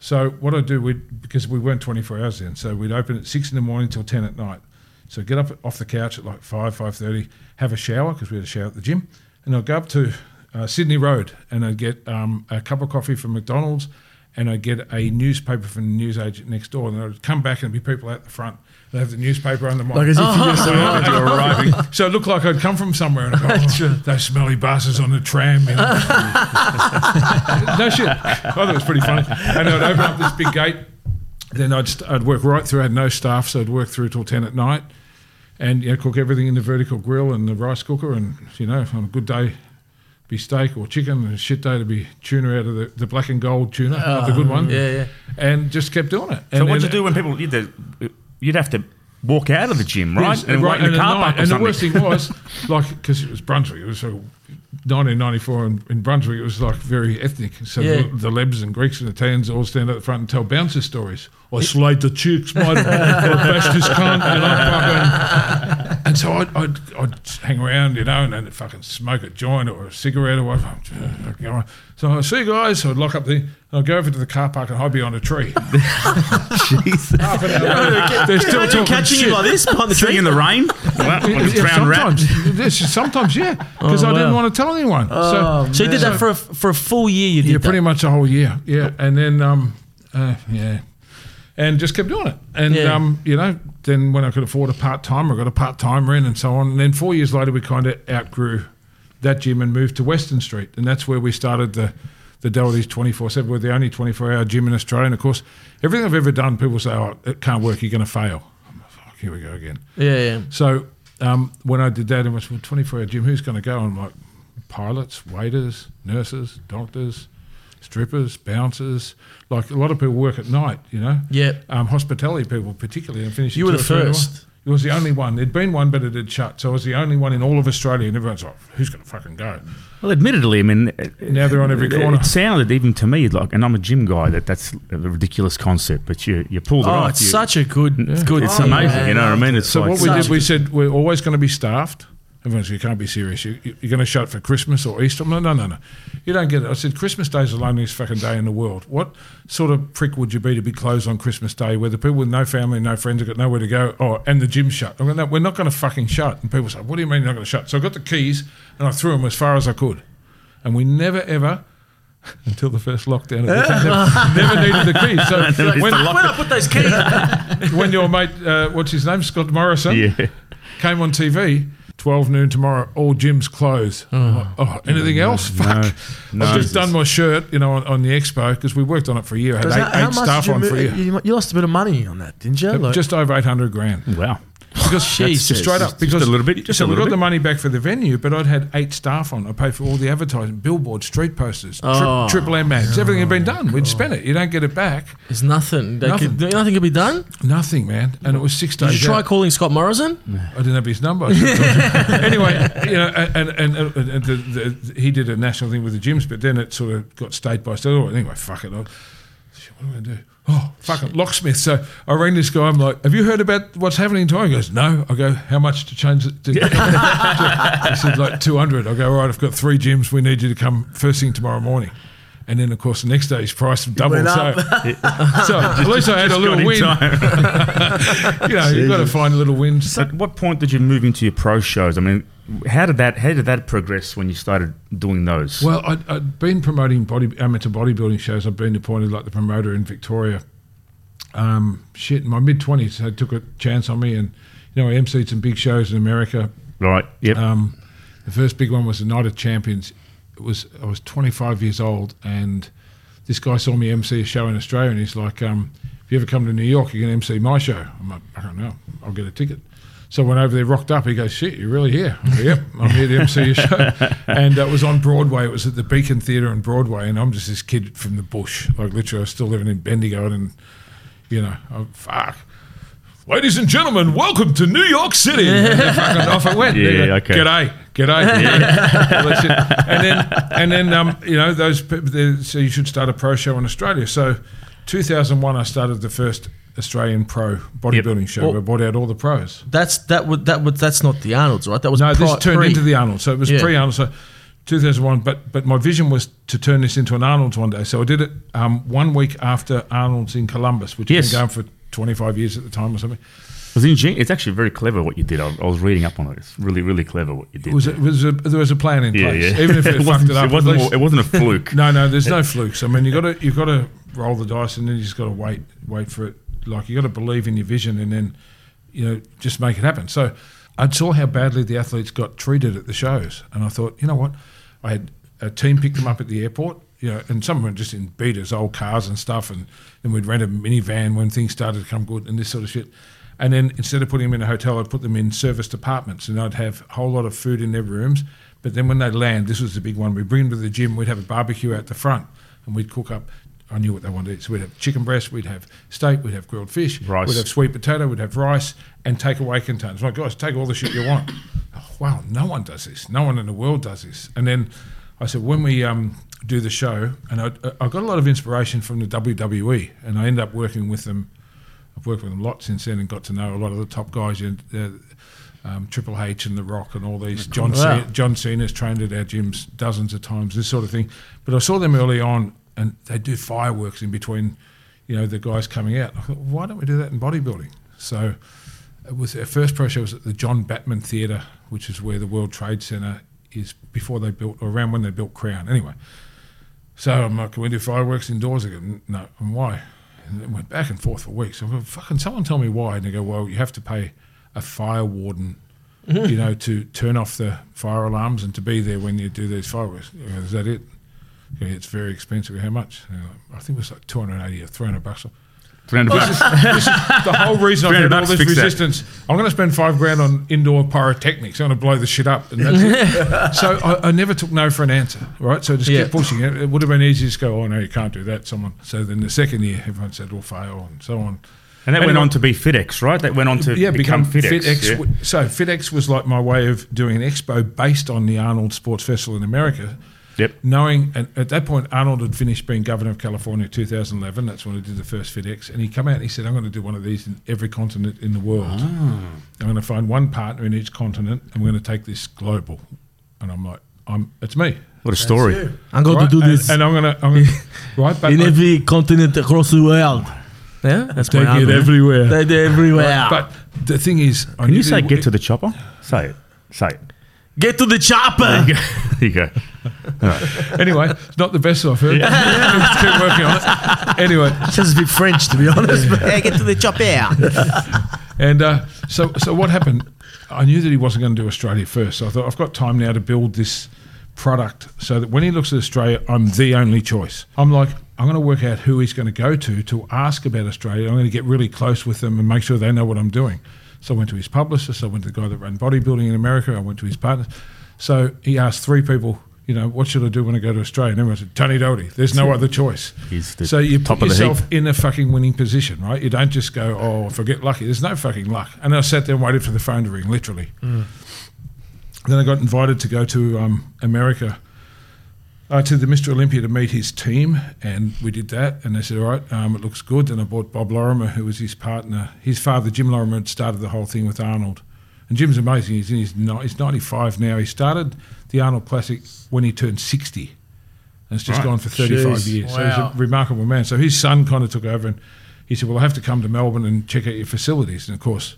E: So what I do, we because we weren't 24 hours then, so we'd open at six in the morning till 10 at night. So get up off the couch at like five, 5:30, have a shower because we had a shower at the gym, and I'd go up to uh, Sydney Road and I'd get um, a cup of coffee from McDonald's and I'd get a newspaper from the newsagent next door, and I'd come back and there'd be people out the front. They have the newspaper under my
A: Like as if you just
E: And I'd arrive. So it looked like I'd come from somewhere and I'd go, oh, those smelly bastards on the tram. You know. no shit. I thought it was pretty funny. And I'd open up this big gate. Then I'd, st- I'd work right through. I had no staff, so I'd work through till 10 at night and you know, cook everything in the vertical grill and the rice cooker. And, you know, on a good day, be steak or chicken, and a shit day to be tuna out of the, the black and gold tuna, not the good one.
C: yeah, yeah.
E: And just kept doing it.
F: Oh, So
E: And
F: what'd you
E: then-
F: do when people you'd, the- you'd have to walk out of the gym, right?
E: Yes,
F: and wait in
E: and
F: the car park
E: night-
F: or
E: and the
F: something.
E: worst thing was, like, because it was Brunswick, it was sort of 1994 in, in Brunswick, it was like very ethnic. So
C: Yeah.
E: the, the Lebs and Greeks and Italians all stand at the front and tell bouncer stories. I slayed the chicks, mate, or bashed this cunt, and I fucking. And so I'd, I'd, I'd hang around, you know, and then fucking smoke a joint or a cigarette or whatever. So I see you guys, so I'd lock up the. and I'd go over to the car park and I'd be on a tree. Half an hour. They're still
C: Imagine
E: talking
C: catching
E: shit.
C: you like this behind the
F: Sitting
C: tree.
F: in the rain, like a
E: Yeah,
F: drowned rat.
E: sometimes, Yes, sometimes, yeah, because I didn't
C: wow.
E: want to tell anyone. so,
C: So you did that for a, for a full year. You did
E: yeah,
C: that.
E: pretty much a whole year, yeah, and then um, uh, yeah, and just kept doing it, and
C: Yeah.
E: um, you know, then when I could afford a part timer, I got a part timer in, and so on. And then four years later, we kind of outgrew that gym and moved to Western Street, and that's where we started the. The Doherty's 24 7. We're the only 24 hour gym in Australia. And of course, everything I've ever done, people say, oh, it can't work. You're going to fail. I'm like, fuck, here we go again.
C: Yeah, yeah.
E: So um, when I did that, it was well, 24 hour gym. Who's going to go? And I'm like, pilots, waiters, nurses, doctors, strippers, bouncers. Like a lot of people work at night, you know.
C: Yep.
E: Um, hospitality people, particularly, and finish. at
C: You were
E: two
C: the
E: or three in morning.
C: first.
E: It was the only one. There'd been one, but it had shut. So I was the only one in all of Australia, and everyone's like, "Who's going to fucking go?"
F: Well, admittedly, I mean, uh,
E: Now they're on every
F: it-
E: corner.
F: It sounded even to me like, and I'm a gym guy, that that's a ridiculous concept, but you you pulled it
C: Oh,
F: off.
C: it's
F: You-
C: such a good, good.
F: It's
E: Oh,
C: thing,
F: amazing,
C: man.
F: you know what I mean? It's
E: So
F: like,
E: what we
C: such
E: did, we said we're always going to be staffed. Everyone's you can't be serious. You, you- you're going to shut for Christmas or Easter? I'm like, No, no, no. You don't get it. I said Christmas Day is the loneliest fucking day in the world. What sort of prick would you be to be closed on Christmas Day, where the people with no family, no friends, have got nowhere to go? Oh, and the gym shut. I'm going, no, we're not going to fucking shut. And people say, what do you mean you're not going to shut? So I got the keys and I threw them as far as I could, and we never ever. Until the first lockdown, of the never, never needed the keys. So when,
C: When I put those keys,
E: when your mate, uh, what's his name, Scott Morrison,
F: Yeah.
E: came on TV. 12 noon tomorrow, all gyms close. I'm like, Oh, anything else? Fuck. I've just done my shirt, you know, on, on the expo because we worked on it for a year. I had
A: Because
E: eight,
A: how- how
E: eight
A: much
E: staff
A: did you
E: on
A: mo-
E: for a year.
A: you, you lost a bit of money on that, didn't you? Like- Oh,
E: Just over 800 grand.
F: wow.
E: Because
C: Jesus.
E: straight up,
F: Just
E: because
F: a little bit, just
E: so
F: a
E: we
F: little
E: got the
F: bit.
E: money back for the venue, but I'd had eight staff on. I paid for all the advertising, billboards, street posters, tri-
C: Oh.
E: triple M ads. Everything
F: Oh,
E: had been done. We'd spent it. You don't get it back.
C: there's nothing. They
E: Nothing. Oh,
C: Could, nothing could be done.
E: Nothing, man. And it was six days.
C: Did you try
E: out.
C: calling Scott Morrison?
E: I didn't have his number. I should've told you. anyway, you know, and, and, uh, and, and the, the, he did a national thing with the gyms, but then it sort of got state by state. Oh, Anyway, fuck it. I, shit, what am I going to do? Oh, fuck it. Locksmith. So I rang this guy. I'm like, have you heard about what's happening tomorrow? He goes, no. I go, how much to change it to? he said, like 200. I go, all right, I've got three gyms. We need you to come first thing tomorrow morning. And then, of course, the next day's price doubled.
A: went
E: So,
A: up.
E: so at least I had a
F: got
E: little
F: in
E: win. you know, you've got to find little wins.
F: At what point did you move into your pro shows? I mean, how did that how did that progress when you started doing those?
E: Well, I'd, I'd been promoting body amateur bodybuilding shows. I've been appointed like the promoter in Victoria. Um, shit, in my mid twenties, they took a chance on me, and you know, I emceed some big shows in America.
F: right. Yep.
E: Um, the first big one was the Night of Champions. It was I was 25 years old, and this guy saw me MC a show in Australia, and he's like, um, "If you ever come to New York, you can MC my show." I'm like, "I don't know. I'll get a ticket." So I went over there, rocked up. He goes, "Shit, you're really here?" I'm like, "Yep, I'm here to MC your show." And uh, it was on Broadway. It was at the Beacon Theatre in Broadway, and I'm just this kid from the bush, like literally, I was still living in Bendigo, and you know, oh, fuck. Ladies and gentlemen, welcome to New York City. And they fucking off it went.
F: Yeah,
E: They go,
F: okay.
E: G'day, g'day. All that shit. and then, and then, um, you know, those. pe- the- So you should start a pro show in Australia. So, 2001, I started the first Australian pro bodybuilding show.
C: Well-
E: where I brought out all the pros.
C: That's that would that would that's not the Arnold's, right? That was
E: No,
C: pri-
E: this turned
C: pre-
E: into the Arnold. So it was
C: Yeah.
E: pre Arnold. So 2001. But but my vision was to turn this into an Arnold's one day. So I did it um, one week after Arnold's in Columbus, which
F: Yes.
E: has been going for 25 years at the time or something.
F: It was ingen- it's actually very clever what you did. I, I was reading up on it. It's really, really clever what you did.
E: Was it was a, there was a plan in
F: Yeah,
E: place,
F: yeah.
E: even if it, fucked
F: wasn't,
E: it up.
F: It wasn't,
E: at
F: all-
E: least-
F: it wasn't a fluke.
E: no, no, there's no flukes. I mean, you got to you got to roll the dice, and then you just got to wait, wait for it. Like you got to believe in your vision, and then you know just make it happen. So I saw how badly the athletes got treated at the shows, and I thought, you know what, I had a team pick them up at the airport. You know, and some were just in beaters, old cars and stuff, and then we'd rent a minivan when things started to come good and this sort of shit. And then instead of putting them in a hotel, I'd put them in serviced apartments, and I'd have a whole lot of food in their rooms. But then when they land, this was the big one. We'd bring them to the gym. We'd have a barbecue out the front, and we'd cook up. I knew what they wanted to eat. So we'd have chicken breast, we'd have steak, we'd have grilled fish,
F: Rice.
E: we'd have sweet potato, we'd have rice, and take away containers. Like, guys, take all the shit you want. Oh, wow, no one does this. No one in the world does this. And then I said, when we um, do the show, and I, I got a lot of inspiration from the WWE, and I ended up working with them I've worked with them a lot since then and got to know a lot of the top guys. You know, uh, um, Triple H and The Rock and all these. John Cena, John Cena's trained at our gyms dozens of times. This sort of thing. But I saw them early on, and they do fireworks in between. You know, the guys coming out. I thought, why don't we do that in bodybuilding? So it was our first pro show was at the John Batman Theatre, which is where the World Trade Center is before they built, or around when they built Crown. Anyway, so I'm like, can we do fireworks indoors? I go, "N- no. And why? And it went back and forth for weeks. I go, fucking someone tell me why. And they go, well, you have to pay a fire warden, you know, to turn off the fire alarms and to be there when you do these fireworks. I go, Is that it? I go, it's very expensive. How much? And they're like, I think it was like 280 or 300 bucks.
F: Round about-
E: The whole reason I've
F: 300
E: had all
F: bucks,
E: this
F: fix that.
E: resistance, I'm going to spend five grand on indoor pyrotechnics. I'm going to blow this shit up. And that's it. so I, I never took no for an answer, right? So I just
C: Yeah.
E: kept pushing it. It would have been easy to just go, oh, no, you can't do that, someone. So then the second year, everyone said, we'll fail and so on.
F: and that went
E: Anyway.
F: on to be FitX, right? That went on to
E: Yeah,
F: become,
E: become,
F: FitX.
E: FitX.
F: yeah.
E: w- So FitX was like my way of doing an expo based on the Arnold Sports Festival in America.
F: Yep.
E: Knowing, and at that point, Arnold had finished being governor of California in 2011. That's when he did the first FedEx. And he come out and he said, I'm going to do one of these in every continent in the world.
F: Ah.
E: I'm going to find one partner in each continent and we're going to take this global. And I'm like, I'm, it's me.
F: What a story.
C: I'm going
E: right?
C: to do
E: and,
C: this
E: And I'm going to, I'm gonna, right? But
C: in
E: I-
C: every continent across the world. Yeah, that's my
E: Take it
C: album.
E: everywhere.
C: They- They're everywhere.
E: but the thing is, I
F: Can
E: knew
F: you say
E: that-
F: get to the chopper? Say it. Say it.
C: Get to the chopper.
F: There you go.
E: Anyway, it's not the best I've heard. Keep working on it. Anyway,
A: Sounds a bit French, to be honest. but-
C: Yeah, get to the chopper.
E: And uh, so, so what happened? I knew that he wasn't going to do Australia first. So I thought I've got time now to build this product so that when he looks at Australia, I'm the only choice. I'm like, I'm going to work out who he's going to go to to ask about Australia. I'm going to get really close with them and make sure they know what I'm doing. So I went to his publicist. I went to the guy that ran bodybuilding in America. I went to his partners. So he asked three people, you know, what should I do when I go to Australia? And everyone said, Tony Doherty. There's no other choice.
F: He's the
E: so you
F: top
E: put
F: of the heap.
E: yourself in a fucking winning position, right? You don't just go, oh, if I get lucky, there's no fucking luck. And I sat there and waited for the phone to ring, literally. Then I got invited to go to um, America, uh, to the Mr. Olympia to meet his team, and we did that. And they said, all right, um, it looks good. Then I bought Bob Lorimer, who was his partner. His father, Jim Lorimer, had started the whole thing with Arnold. And Jim's amazing. He's in his ni- he's 95 now. He started the Arnold Classic when he turned 60 and it's just gone for 35
A: Jeez.
E: years. So he's
A: Wow.
E: a remarkable man. So his son kind of took over and he said, Well, I have to come to Melbourne and check out your facilities. And of course,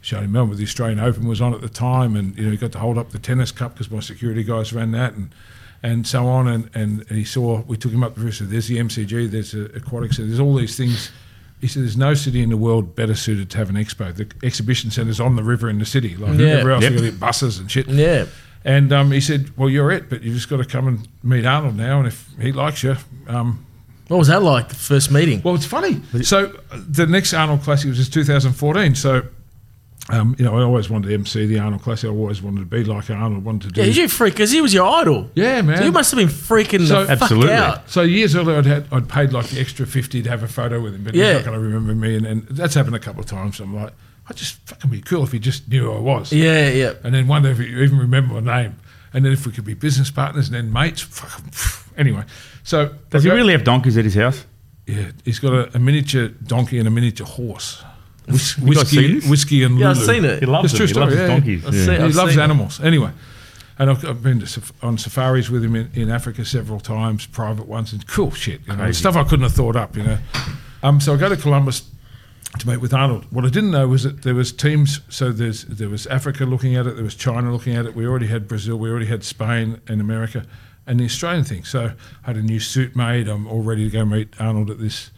E: showed him Melbourne. The Australian Open was on at the time, and you know, he got to hold up the tennis cup because my security guys ran that and and so on. And, and he saw, we took him up the river. So there's the MCG, there's the aquatics, so there's all these things. He said, "There's no city in the world better suited to have an expo. The exhibition centre's on the river in the city, like
C: Yeah.
E: everywhere else.
F: Yep.
E: You got to get buses and shit.
C: Yeah.
E: And um, he said, "Well, you're it, but you just got to come and meet Arnold now, and if he likes you, um,
C: What was that like? The first meeting.
E: well, it's funny. So uh, the next Arnold Classic was just 2014. So, um, you know, I always wanted to MC the Arnold Classic. I always wanted to be like Arnold. Wanted to
C: Yeah,
E: do.
C: you freak because he was your idol.
E: Yeah,
C: So
E: man.
C: you must have been freaking
E: So-
C: the
F: Absolutely.
C: fuck out.
E: So years earlier, I'd had I'd paid like the extra fifty to have a photo with him, but
C: Yeah.
E: he's not going to remember me. And, and that's happened a couple of times. I'm like, I just fucking be cool if he just knew who I was.
C: Yeah, yeah.
E: and then wonder if you even remember my name, and then if we could be business partners and then mates. Fucking, anyway, so
F: Does he really have donkeys at his house?
E: Yeah, he's got a, a miniature donkey and a miniature horse. Whis-
F: You guys seen
E: whiskey,
F: this?
E: whiskey and
C: Yeah, I've
E: Lulu.
C: seen it.
F: He loves
E: It's
F: them.
E: true
F: He loves
E: story,
F: his
E: yeah.
F: donkeys.
C: I've
F: yeah.
C: seen-
E: He loves
C: seen it.
E: animals. Anyway, and I've, I've been to, saf- on safaris with him in, in Africa several times, private ones, and cool shit. You know,
F: Crazy.
E: stuff I couldn't have thought up, you know. Um, so I go to Columbus to meet with Arnold. What I didn't know was that there was teams. So there's there was Africa looking at it. There was China looking at it. We already had Brazil. We already had Spain and America, and the Australian thing. So I had a new suit made. I'm all ready to go meet Arnold at this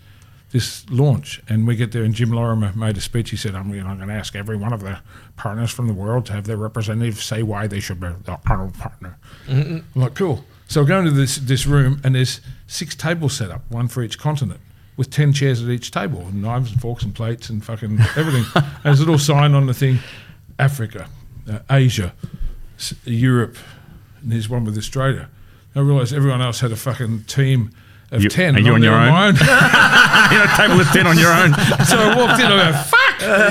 E: this launch. And we get there, and Jim Lorimer made a speech. He said, "I'm, you know, I'm going to ask every one of the partners from the world to have their representative say why they should be the Arnold partner."
F: Mm-hmm.
E: I'm like, "Cool." So we're going to this this room, and there's six tables set up, one for each continent, with ten chairs at each table, and knives and forks and plates and fucking everything. and there's a little sign on the thing: Africa, uh, Asia, S- Europe, and there's one with Australia. I realised everyone else had a fucking team of
F: You-
E: ten.
F: are you
E: I'm
F: on
E: there
F: your
E: my own?
F: You're at a table of 10 on your own.
E: so I walked in, I go,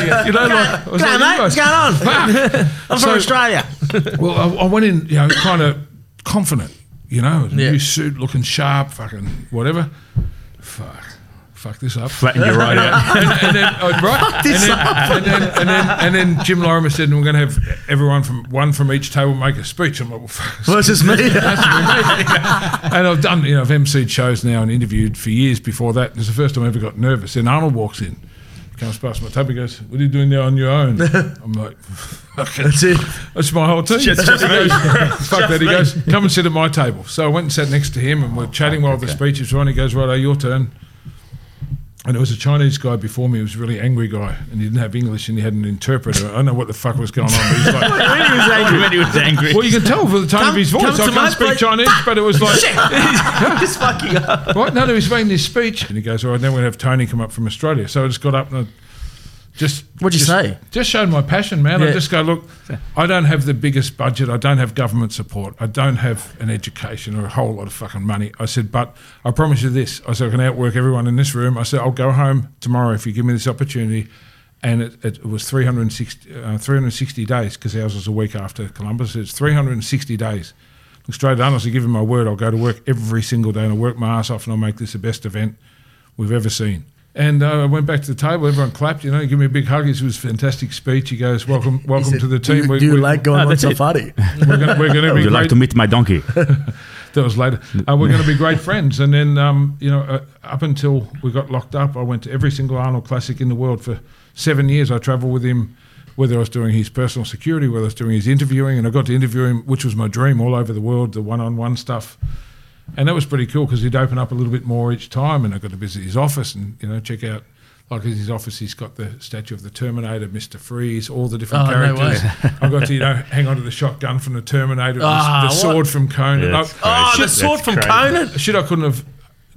E: fuck! You know, like, I was
C: G'day,
E: like,
C: mate.
E: "You
C: What's
E: guys-
C: going on? I'm
E: So-
C: from Australia.
E: Well, I, I went in, you know, kind of confident, you know,
C: Yeah.
E: new suit, looking sharp, fucking whatever. Fuck. Fuck this up.
F: Flatten your right out.
E: and, and then, oh, right? and, then, and, then, and, then, and then Jim Lorimer said, we're going to have everyone from one from each table make a speech. I'm like, well, fuck,
A: Versus me.
E: and I've done, you know, I've emceed shows now and interviewed for years before that. It's the first time I ever got nervous. Then Arnold walks in, comes past my table, he goes, "What are you doing there on your own?" I'm like, "Okay,
A: That's it.
E: that's my whole team." Fuck that. He goes, "Come and sit at my table." So I went and sat next to him, and we're chatting while the speech is running. He goes, "Right, your turn." And there was a Chinese guy before me. He was a really angry guy, and he didn't have English, and he had an interpreter. I don't know what the fuck was going on. But he's like,
F: He was angry. He was angry.
E: well, you can tell from the tone
C: Come-
E: of his voice.
C: come to
E: I
C: my
E: can't speak
C: place.
E: Chinese, but it was like,
C: Just fucking up.
E: Right, no, no, he's making this speech. And he goes, All right, now we're going to have Tony come up from Australia. So I just got up and I just.
A: What'd you
E: just-
A: say?
E: Just showed my passion, man. I
A: Yeah.
E: just go, Look, I don't have the biggest budget. I don't have government support. I don't have an education or a whole lot of fucking money. I said, But I promise you this. I said, I can outwork everyone in this room. I said, I'll go home tomorrow if you give me this opportunity. And it, it was 360, uh, 360 days because ours was a week after Columbus. It's 360 days. Look straight at honestly, give him my word, I'll go to work every single day and I'll work my ass off and I'll make this the best event we've ever seen. And uh, I went back to the table. Everyone clapped. You know, he gave me a big hug. It was a fantastic speech. He goes, "Welcome, welcome to the
A: Do
E: team.
A: you,
E: We-
A: do you
E: we-
A: like Oh, going
F: Ah,
A: on
F: that's it.
A: safari?
E: We're going we're gonna be
F: Would you like
E: great
F: to meet my donkey?
E: that was later. Uh, we're going to be great friends. And then, um, you know, uh, up until we got locked up, I went to every single Arnold Classic in the world for seven years. I travelled with him, whether I was doing his personal security, whether I was doing his interviewing, and I got to interview him, which was my dream, all over the world, the one-on-one stuff. And that was pretty cool because he'd open up a little bit more each time, and I got to visit his office and you know check out. Like in his office, he's got the statue of the Terminator, Mr. Freeze, all the different
C: Oh, no
E: characters. I got to, you know, hang on to the shotgun from the Terminator, the-
C: Ah,
E: the,
C: what?
E: sword from Conan.
F: That's
E: I-
C: Oh, the
F: That's
C: sword from
F: crazy.
C: Conan.
E: Shit, I couldn't have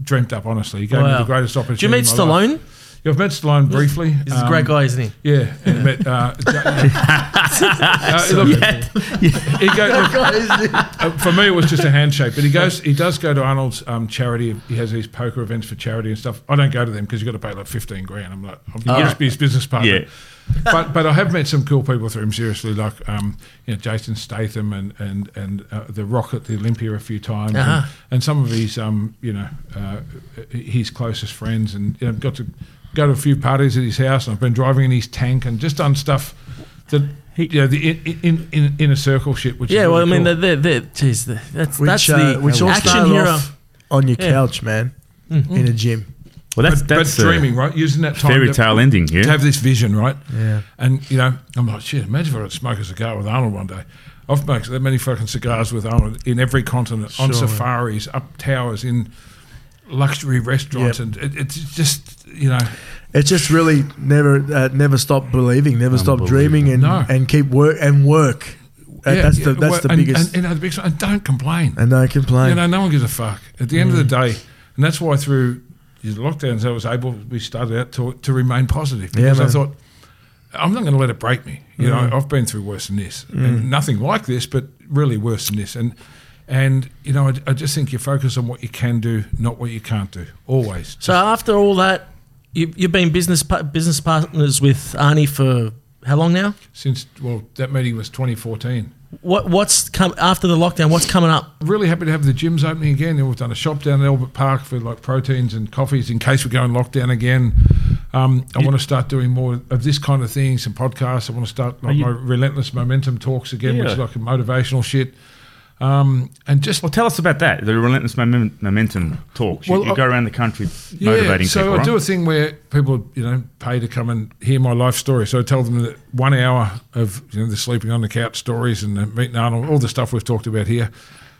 E: dreamt up. Honestly, you gave me
C: Wow.
E: the greatest opportunity.
C: Did you meet
E: in my life.
C: Stallone?
E: Yeah, I've met Stallone briefly. um,
C: He's a great guy, isn't he?
E: Yeah, and met. Uh, Ja- uh, look, he go- look, uh, for me, it was just a handshake. But he goes, he does go to Arnold's um, charity. He has these poker events for charity and stuff. I don't go to them because you've got to pay like fifteen grand. I'm like, I'm just be his business partner.
F: Yeah.
E: but but I have met some cool people through him. Seriously, like um, you know, Jason Statham and and and uh, the Rock at the Olympia a few times, and-
C: Uh-huh.
E: and, some of his um, you know, uh, his closest friends, and you know, got to go to a few parties at his house, and I've been driving in his tank and just done stuff that. you know, the in, in, in, inner circle shit, which is
C: Yeah, well, I
E: really
C: mean,
E: cool.
C: they're, they're, they're, geez, the- that's,
A: Which,
C: that's
A: uh,
C: the
A: which all
C: action
A: started
C: hero.
A: off on your
C: Yeah.
A: couch, man,
E: Mm-hmm.
A: in a gym.
F: Well, that's,
E: but, but
F: that's a
E: dreaming, right? Using that time
F: fairy
E: to-
F: tale ending,
E: to
F: yeah?
E: have this vision, right?
A: Yeah.
E: And you know, I'm like, shit. Imagine if I would smoke a cigar with Arnold one day. I've smoked that many fucking cigars with Arnold in every continent, on
A: Sure.
E: safaris, up towers, in luxury restaurants, and it, it's just you know,
A: It's just really never, uh, never stop believing, never stop dreaming, and
E: No.
A: and keep work and work. That-
E: yeah,
A: Uh, that's
E: yeah,
A: the that's
E: well,
A: the
E: and,
A: biggest.
E: And, you know, the biggest, and don't complain.
A: And I complain.
E: You know, no one gives a fuck. At the end of the
A: Mm.
E: day, and that's why through the lockdowns, I was able. We started out to, to remain positive
A: Yeah,
E: because I
A: man. Mm.
E: thought I'm not going to let it break me. You know, I've been through worse than this, and nothing like this, but really worse than this. And and you know, I, I just think you focus on what you can do, not what you can't do. Always.
C: So after all that, you, you've been business pa- business partners with Arnie for how long now?
E: Since well, that meeting was 2014.
C: What what's come after the lockdown? What's coming up?
E: really happy to have the gyms opening again. We've done a shop down at Albert Park for like proteins and coffees in case we go in lockdown again. Um, I want to start doing more of this kind of thing, some podcasts. I want to start like my relentless momentum talks again, which is like a motivational shit. Um, and just
F: Well, tell us about that. The relentless Momen- momentum talks. You,
E: Well,
F: you
E: I-
F: go around the country motivating
E: so
F: people.
E: I
F: right?
E: do a thing where people, you know, pay to come and hear my life story. So I tell them that one hour of you know the sleeping on the couch stories and the meeting Arnold, all the stuff we've talked about here.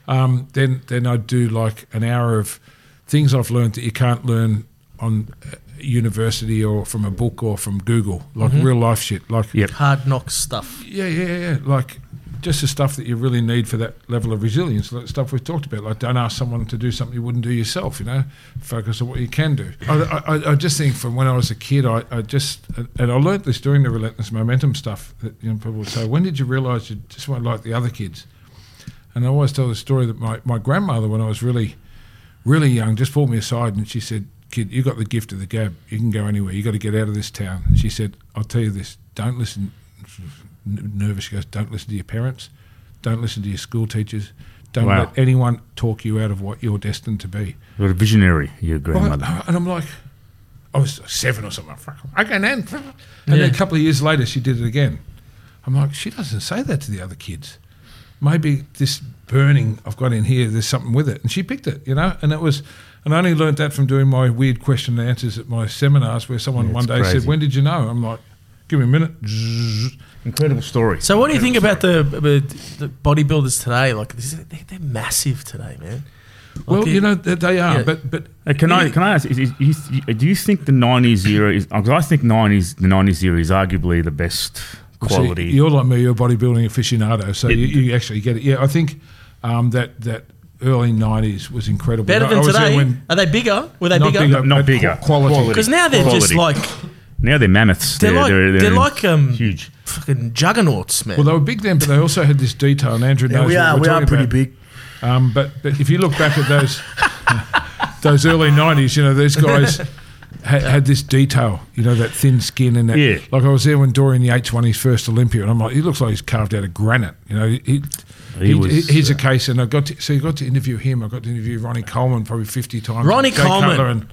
E: Um, then then I do like an hour of things I've learned that you can't learn on uh, university or from a book or from Google, like
F: Mm-hmm.
E: real life shit. Like
F: Yep.
C: Hard knock stuff.
E: yeah, yeah, yeah, yeah. Like just the stuff that you really need for that level of resilience, like stuff we've talked about. Like don't ask someone to do something you wouldn't do yourself. You know, focus on what you can do. I, I, I just think from when I was a kid, I, I just and I learnt this doing the relentless momentum stuff. That you know, people would say, when did you realise you just weren't like the other kids? And I always tell the story that my, my grandmother, when I was really, really young, just pulled me aside and she said, Kid, you got the gift of the gab. You can go anywhere. you got to get out of this town. And she said, I'll tell you this don't listen. N- nervous. She goes, Don't listen to your parents. Don't listen to your school teachers. Don't
F: Wow.
E: let anyone talk you out of what you're destined to be.
F: You're a visionary, your grandmother.
E: Right, And I'm like, I was seven or something. Fuck, Okay, Nan. And then a couple of years later, she did it again. I'm like, she doesn't say that to the other kids. Maybe this burning I've got in here, there's something with it. And she picked it, you know? And it was, and I only learnt that from doing my weird question and answers at my seminars where someone one
F: it's
E: day said,
F: crazy.
E: When did you know? I'm like, Give me a minute. Zzzz.
F: Incredible story.
C: So, what do you think about the, the, the bodybuilders today? Like, this is- they- they're massive today, man. Like,
E: Well, you know, th- they are,
C: yeah.
E: but, but
F: Uh, Can I can I ask? Is, is, is, do you think the '90s era is? Because I think '90s the '90s era is arguably the best
E: So
F: quality.
E: you're like me, you're a bodybuilding aficionado, so you, you actually get it. Yeah, I think um, that that early '90s was incredible.
C: Better
E: I-
C: than
E: I was there
C: today.
E: when-
C: Are they bigger? Were they
E: not
C: bigger?
F: Not
E: but
F: bigger.
E: qu- Quality.
F: Quality.
C: Because now they're just
F: Quality.
C: like
F: now they're mammoths.
C: they're, like they're, like um
F: huge.
C: fucking juggernauts, man.
E: Well, they were big then, but they also had this detail. And Andrew knows
A: we
E: what
A: are
E: we're
A: we are
E: talking
A: pretty
E: about.
A: big.
E: Um, but, but if you look back at those those early '90s, you know these guys had, had this detail. You know that thin skin and that.
F: Yeah.
E: Like I was there when Dorian Yates won his first Olympia, and I'm like, he looks like he's carved out of granite. You know, he, he,
F: He
E: he-
F: was,
E: he's a case. And I got to, so you got to interview him. I got to interview Ronnie Coleman probably 50 times.
C: Ronnie
E: Jay
C: Coleman.
E: Cutler and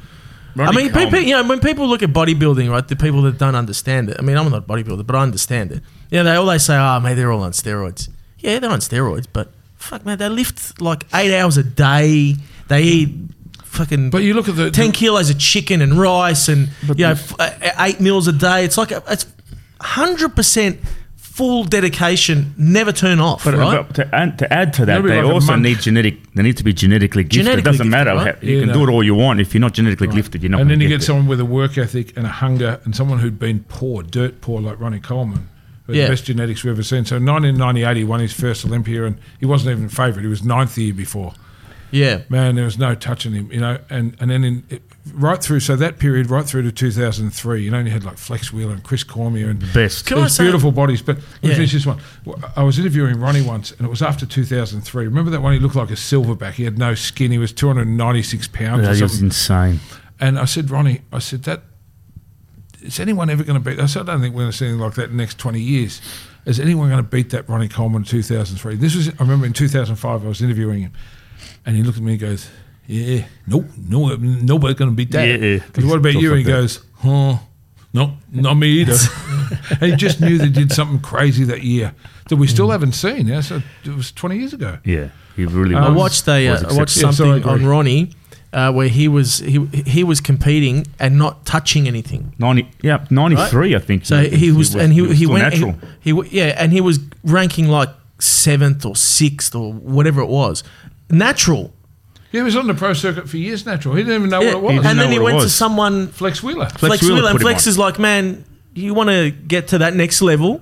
C: I mean, people, you know, when people look at bodybuilding, right, the people that don't understand it, I mean, I'm not a bodybuilder, but I understand it. You know, they always say, oh, mate, they're all on steroids. Yeah, they're on steroids, but fuck, man, they lift like eight hours a day. They eat fucking
E: but you look at the
C: 10 kilos of chicken and rice and, you know, f- uh, eight meals a day. It's like, a, it's 100% full dedication, never turn off,
E: uh,
F: But,
C: right?
F: but to, add, to add to that,
E: That'd be
F: they
E: like a
F: also
E: monk.
F: need genetic. They need to be genetically gifted.
C: Genetically
F: it doesn't
C: gifted,
F: matter.
C: right?
F: How, you
E: Yeah,
F: can
E: no.
F: do it all you want. If you're not genetically gifted, you're not.
E: and
F: gonna
E: then you
F: get
E: get
F: there.
E: someone with a work ethic and a hunger, and someone who'd been poor, dirt poor, like Ronnie Coleman, who had
C: Yeah.
E: the best genetics we've ever seen. So, 1998, he won his first Olympia, and he wasn't even favourite. He was ninth the year before.
C: yeah.
E: Man, there was no touching him, you know. And and then in, it, right through, so that period, right through to 2003, you know, you had like Flex Wheeler and Chris Cormier and
F: best.
C: Can I
E: there's
C: say-
E: beautiful bodies, but let me
C: Yeah.
E: finish this one. W- I was interviewing Ronnie once, and it was after 2003. Remember that one? He looked like a silverback. He had no skin. He was 296 pounds.
F: That
E: or
F: is
E: something.
F: insane.
E: And I said, Ronnie, I said, that is anyone ever going to beat? I said, I don't think we're going to see anything like that in the next 20 years. Is anyone going to beat that Ronnie Coleman in 2003? This was, I remember in 2005, I was interviewing him, and he looked at me and goes, Yeah, nope, no, nobody's going to beat that.
F: Yeah.
E: Because what about
F: Stuff
E: you? And he
F: like that.
E: goes, Huh, no, not me either. and he just knew they did something crazy that year that we
F: Mm.
E: still haven't seen. Yeah, so it was 20 years ago.
F: Yeah, he really.
C: I
F: was-
C: watched a,
F: was
C: uh, I watched
F: exceptional.
E: Yeah,
C: something
E: sorry, go
C: on
E: ahead.
C: Ronnie uh, where he was he he was competing and not touching anything.
F: 90, yeah, 93, I think.
C: So he was and he he
F: still
C: went
F: natural.
C: He, he w- yeah, and he was ranking like seventh or sixth or whatever it was. Natural.
E: Yeah, he was on the pro circuit for years, natural. He didn't even know
C: Yeah.
E: what Oh, it was.
F: didn't
C: And
F: know
C: then he
F: what it
C: went to
F: was.
C: someone Flex,
E: Flex Wheeler.
F: Wheeler
C: Wheeler, and
F: put him
C: Flex
F: on.
C: is like, man, you want to get to that next level.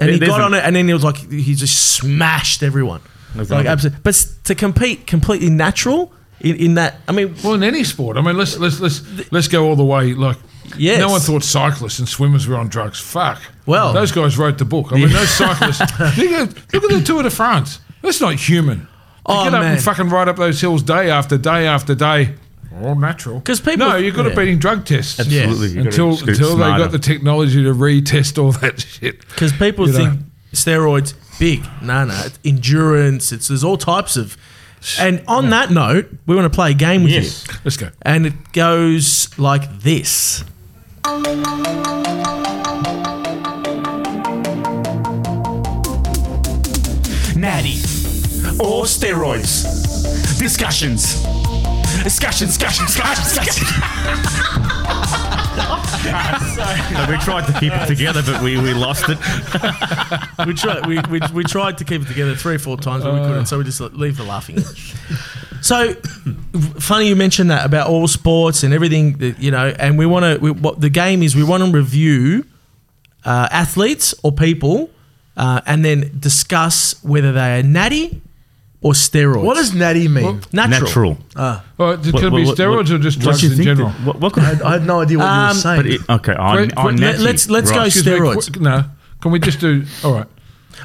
C: And he
F: There's
C: got
F: a-
C: on it, and then he was like, he just smashed everyone.
F: There's
C: Like,
F: another-
C: absolutely. But s- to compete completely natural in, in that, I mean,
E: Well, in any sport, I mean, let's let's let's let's go all the way. Like,
C: Yes.
E: no one thought cyclists and swimmers were on drugs. Fuck.
C: Well-
E: those guys wrote the book. I mean, those cyclists. nigga, look at the Tour de France. That's not human. To
C: Oh,
E: get up
C: man.
E: and fucking ride up those hills day after day after day. All natural.
C: 'Cause people-
E: No, you've got
C: yeah.
E: to be in drug tests.
C: Yeah.
F: Absolutely. you gotta
E: Until
F: just get
E: until they
F: smarter.
E: got the technology to retest all that shit.
C: Because people
E: You know.
C: think steroids big. No, no, it's endurance. It's there's all types of. And on that note, we want to play a game with
F: Yes.
C: you,
E: Let's go.
C: and it goes like this.
G: Natty.
D: or steroids. Discussions. Discussion, discussion, discussion, discussion.
F: we tried to keep it together, but we, we lost it.
C: We tried, we, we, we tried to keep it together three or four times, but we couldn't, so we just let- leave the laughing. So, funny you mentioned that about all sports and everything that you know, and we want to. We, what the game is, we want to review uh, athletes or people, uh, and then discuss whether they are natty or steroids. Ah.
A: What does natty mean?
C: natural?
F: Natural.
E: Well, it could
F: What-
E: be
F: what-
E: steroids
F: what-
E: or just
F: what
E: drugs
F: you
E: in
F: think
E: general.
F: that- what, what could,
A: I, I had no idea what you
C: Um,
A: were saying.
F: but it, okay, I'm,
E: Quick,
F: I'm
E: quick,
F: natty.
C: let's- let's go
F: Right.
E: Excuse me,
C: steroids.
E: qu- no. Can we just do all right?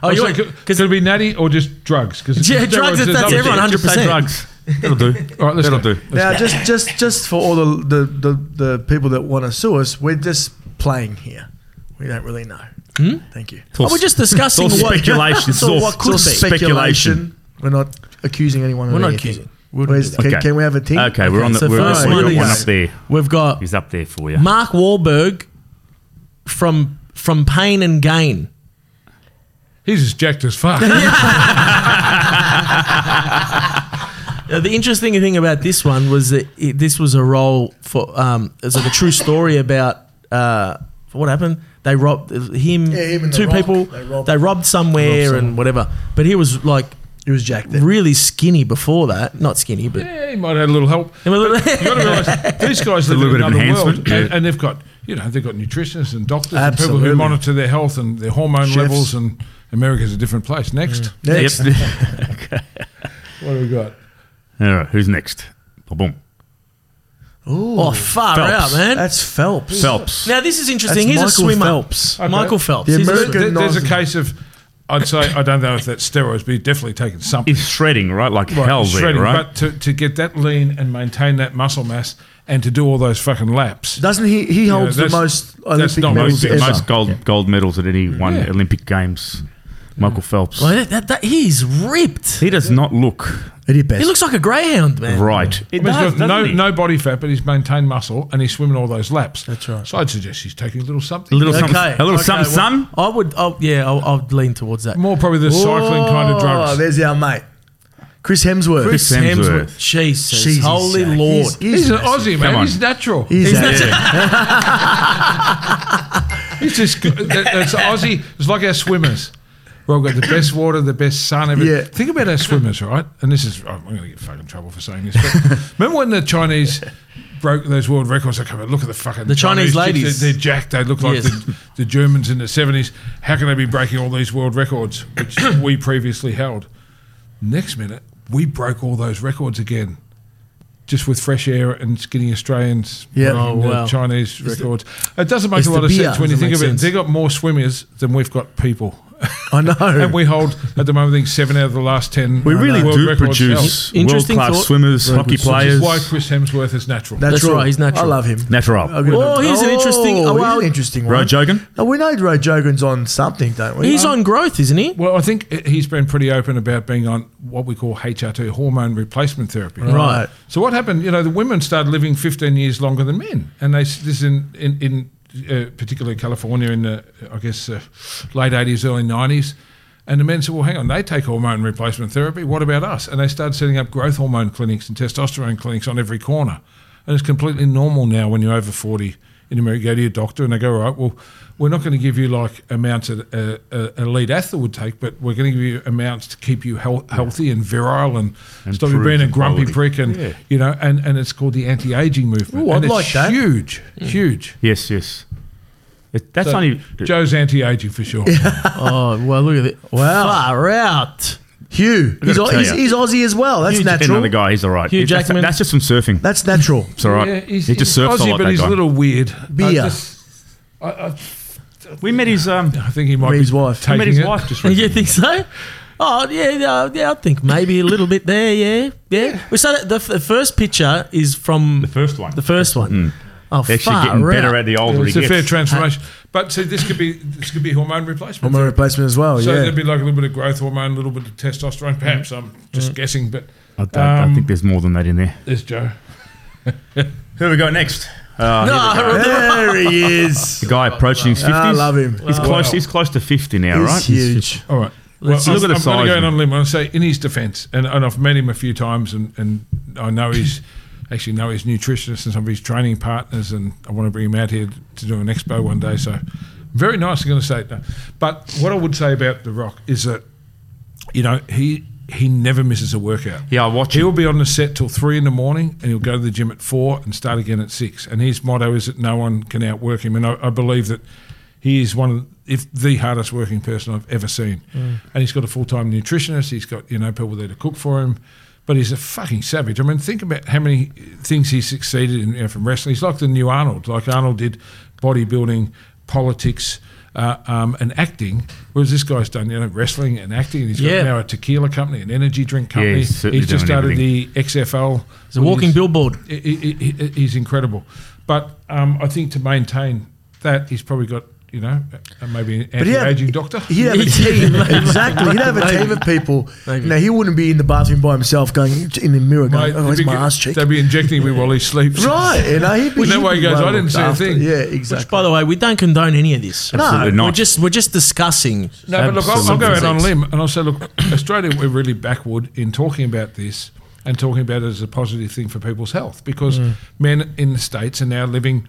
C: Oh, you
E: Also,
C: want-
E: could,
C: 'cause-
E: could it be natty or just drugs? Because
C: Yeah, drugs, that's everyone,
F: Just say
C: 100%.
F: drugs. That'll do.
E: All right, let's
F: That'll
E: go.
F: do.
A: now, just just just for all the the, the the people that want to sue us, we're just playing here. We don't really know.
E: Hmm?
A: Thank you.
C: Oh, we're just discussing
F: It's all
C: what
F: speculation. It's
C: so
F: all,
C: what could
F: it's all
C: be.
F: speculation.
A: We're not accusing anyone.
C: We're
A: of
C: not
A: anything.
C: accusing.
A: Where's- can,
F: Okay.
A: can we have a team?
F: Okay, we're on the
C: so
F: we're,
C: first
F: we've
C: one
F: got one
C: is-
F: up there.
C: We've got
F: He's up there for you.
C: Mark Wahlberg from from Pain and Gain.
E: He's as jacked as fuck.
C: Now, Uh, the interesting thing about this one was that it, this was a role for um, it's like a true story about uh, what happened. They robbed him,
A: Yeah, him and The
C: two
A: Rock.
C: people.
A: They
C: They
A: robbed-
C: robbed, somewhere
A: robbed someone.
C: and whatever. But he was like
A: It was Jack. Then.
C: really skinny before that. Not skinny, but
E: yeah, he might have had a little help. You got to realise these guys live
F: little bit
E: in
F: of
E: another world,
F: enhancement, yeah.
E: and, and they've got you know they've got nutritionists and doctors and people
A: Absolutely.
E: who monitor their health and their hormone
A: Chefs.
E: levels. And America's a different place. Next,
F: Yep.
A: Next.
E: what do we got?
F: All right, who's next? Boom.
C: oh far
F: Phelps.
C: out, man.
A: That's Phelps.
F: Phelps.
C: now this is interesting.
A: That's
C: He's a
A: Michael
C: swimmer,
A: Phelps.
E: Okay.
C: Michael Phelps.
A: The
C: He's a
A: American-
C: swimmer.
E: There- there's a
A: Nice.
E: case of, I'd say I don't know if that's steroids, but you're definitely taking something.
F: It's shredding, right? Like
E: Right,
F: hell there,
E: shredding,
F: right?
E: But to, to get that lean and maintain that muscle mass and to do all those fucking laps.
A: Doesn't he? He holds the
E: that's-
A: most
E: that's
A: Olympic
E: not
A: medals
F: most,
E: Phelps.
A: ever.
F: most gold gold medals at any one
E: Yeah.
F: Olympic Games. Michael Phelps.
C: Well, that, that, that, he's ripped.
F: He does not look
A: At his best.
C: He looks like a greyhound, man.
F: right. It
E: I mean, he's got no, no body fat, but he's maintained muscle and he's swimming all those laps. That's right. So I'd suggest he's taking a little
F: A
E: something.
F: little something,
C: Okay.
F: a little
C: okay,
F: something,
C: well,
F: something.
C: I would. I, yeah, I, I would lean towards that.
E: More probably the cycling kind of
A: Oh,
E: drugs.
A: there's our mate, Chris Hemsworth.
F: Chris Hemsworth.
C: Jesus,
A: Jesus,
C: holy
A: Jack.
C: Lord.
A: He's,
E: He's,
A: he's,
E: an Aussie,
F: Come
E: man.
F: on.
E: He's natural.
A: he's,
C: He's
A: a-
C: not-
E: He's just good. That- That's Aussie. It's like our swimmers. We've all got the best water, the best sun. Everything.
A: Yeah.
E: Think about our swimmers, right? And this is, I'm going to get fucking trouble for saying this. But remember when the Chinese broke those world records? I come look at the fucking
C: The Chinese
E: chicks,
C: ladies.
E: They're, they're jacked. They look like
C: Yes.
E: the, the Germans in the 70s. How can they be breaking all these world records, which we previously held? Next minute, we broke all those records again. Just with fresh air and skinny Australians
A: Yeah.
E: breaking
C: Oh,
E: the
C: wow.
E: Chinese records. It doesn't make
C: It's
E: a lot
C: the
E: of
C: beer.
E: sense when you
C: Doesn't make
E: think of it.
C: sense.
E: They've got more swimmers than we've got people.
A: I know.
E: and we hold, at the moment, I think seven out of the last ten. uh,
F: We really
E: world
F: do
E: records held,
F: produce world
C: Interesting
F: class
C: thought.
F: swimmers, hockey
E: Which
F: players.
E: is why Chris Hemsworth is natural.
A: That's,
C: That's right, he's natural.
A: I love him.
F: Natural.
C: Oh, he's an interesting-
A: Oh,
C: well-
A: he's an interesting one.
F: Right, Jogan?
A: No, we know Rojogan's on something, don't we?
C: He's on growth, isn't he?
E: well, I think i- he's been pretty open about being on what we call HRT, hormone replacement therapy.
A: Right.
E: So what happened? You know, the women started living 15 years longer than men, and they this is in in, in uh, particularly California in the I guess uh, late 80s, early 90s. And the men said, "Well, hang on, they take hormone replacement therapy. What about us?" And they started setting up growth hormone clinics and testosterone clinics on every corner, and it's completely normal now when you're over 40 in America. You go to your doctor and they go, "All right, well, we're not going to give you like amounts that a, a, an elite athlete would take, but we're going to give you amounts to keep you health, healthy and virile and, stop you
F: improves
E: being a
F: in
E: grumpy
F: quality.
E: prick and you know and, and it's called the anti-aging movement
A: Ooh,
E: and
A: I'd
E: it's
A: like that.
E: huge huge
F: Yes, yes. It, that's
E: So,
F: Mm. only
E: Joe's anti-aging for sure
C: Oh, well, look at it. Wow. Far out.
A: Hugh. He's,
F: gotta tell
A: he's,
F: ya.
A: he's Aussie as well. That's
F: another
A: natural.
F: guy. He's all right.
C: Hugh
F: It- that's-
C: Jackman.
F: That's, just from surfing.
A: That's natural.
F: It's all right.
E: Yeah,
F: he just surfs
E: Aussie
F: a lot.
E: but
F: that
E: he's
F: guy.
E: a little weird I,
A: Beer.
E: just- I, I,
F: We met his um.
E: I think he might be
A: His wife.
E: taking
F: We met his
E: it.
F: wife just recently.
C: You think so? Oh, yeah, yeah, yeah, I think maybe a little bit there, yeah, yeah. We So the, the first picture is from the
F: first one.
C: The first one. Oh,
F: They're actually
C: far
F: getting
C: out.
F: better at the older he
E: it's a
F: gets.
E: fair transformation but see this could be this could be hormone replacement
A: Hormone replacement as well.
E: so
A: yeah.
E: there'd be like a little bit of growth hormone a little bit of testosterone perhaps
F: Mm.
E: I'm just guessing but
F: I, don't, I
E: Um,
F: think there's more than that in there.
E: there's Joe
F: Who we got next?
C: No,
A: there he is.
E: Ah,
F: The guy approaching his fifties.
A: I love him.
F: He's close. He's close to fifty now,
A: He's
F: right?
A: huge.
E: all right Well,
C: Let's
E: I'm,
B: look at the
E: I'm going
B: size
E: to go
B: of it.
E: out on a limb. I'm going to say, in his defence, and, and I've met him a few times, and, and I know he's actually know his nutritionist and some of his training partners, and I want to bring him out here to do an expo one day. So, very nice. I'm going to say, no. but what I would say about The Rock is that, you know, he he never misses a workout.
B: Yeah, I watch
E: He
B: him.
E: will be on the set till three in the morning, and he'll go to the gym at four and start again at six. And his motto is that no one can outwork him, and I, I believe that he is one of, if the hardest working person I've ever seen. And he's got a full time nutritionist. He's got you know people there to cook for him. But he's a fucking savage. I mean, think about how many things he succeeded in you know, from wrestling. He's like the new Arnold. Like Arnold did bodybuilding, politics, uh, um, and acting. Whereas this guy's done you know wrestling and acting. And he's
C: Yeah.
E: got now a tequila company, an energy drink company.
B: he's
E: he's,
B: certainly
E: just
B: doing
E: started
B: everything.
E: the XFL.
C: It's a walking billboard.
E: He- he- he- he's incredible. But um, I think to maintain that, he's probably got, you know, uh, maybe an
A: he'd
E: anti
A: have-
E: aging doctor.
A: He'd have a team, exactly. He'd have a team of people.
C: Maybe.
A: Now he wouldn't be in the bathroom by himself, going in the mirror, going,
E: Mate,
A: "Oh,
E: they'd
A: where's
E: be-
A: my ass cheek?"
E: They'd be injecting me while he sleeps.
A: Right, you know, he'd be.
E: Well, that
A: he'd
E: way he
A: be
E: goes,
A: well
E: "I didn't see a
A: looked after."
E: thing.
A: Yeah,
C: Which,
A: exactly.
C: by the way, we don't condone any of this.
B: Absolutely
C: We're
B: not.
C: just we're just discussing.
E: No, but look, I'll, I'll go out on a
C: Absolutely.
E: limb and I'll say, look, Australia, we're really backward in talking about this and talking about it as a positive thing for people's health because men in the States are now living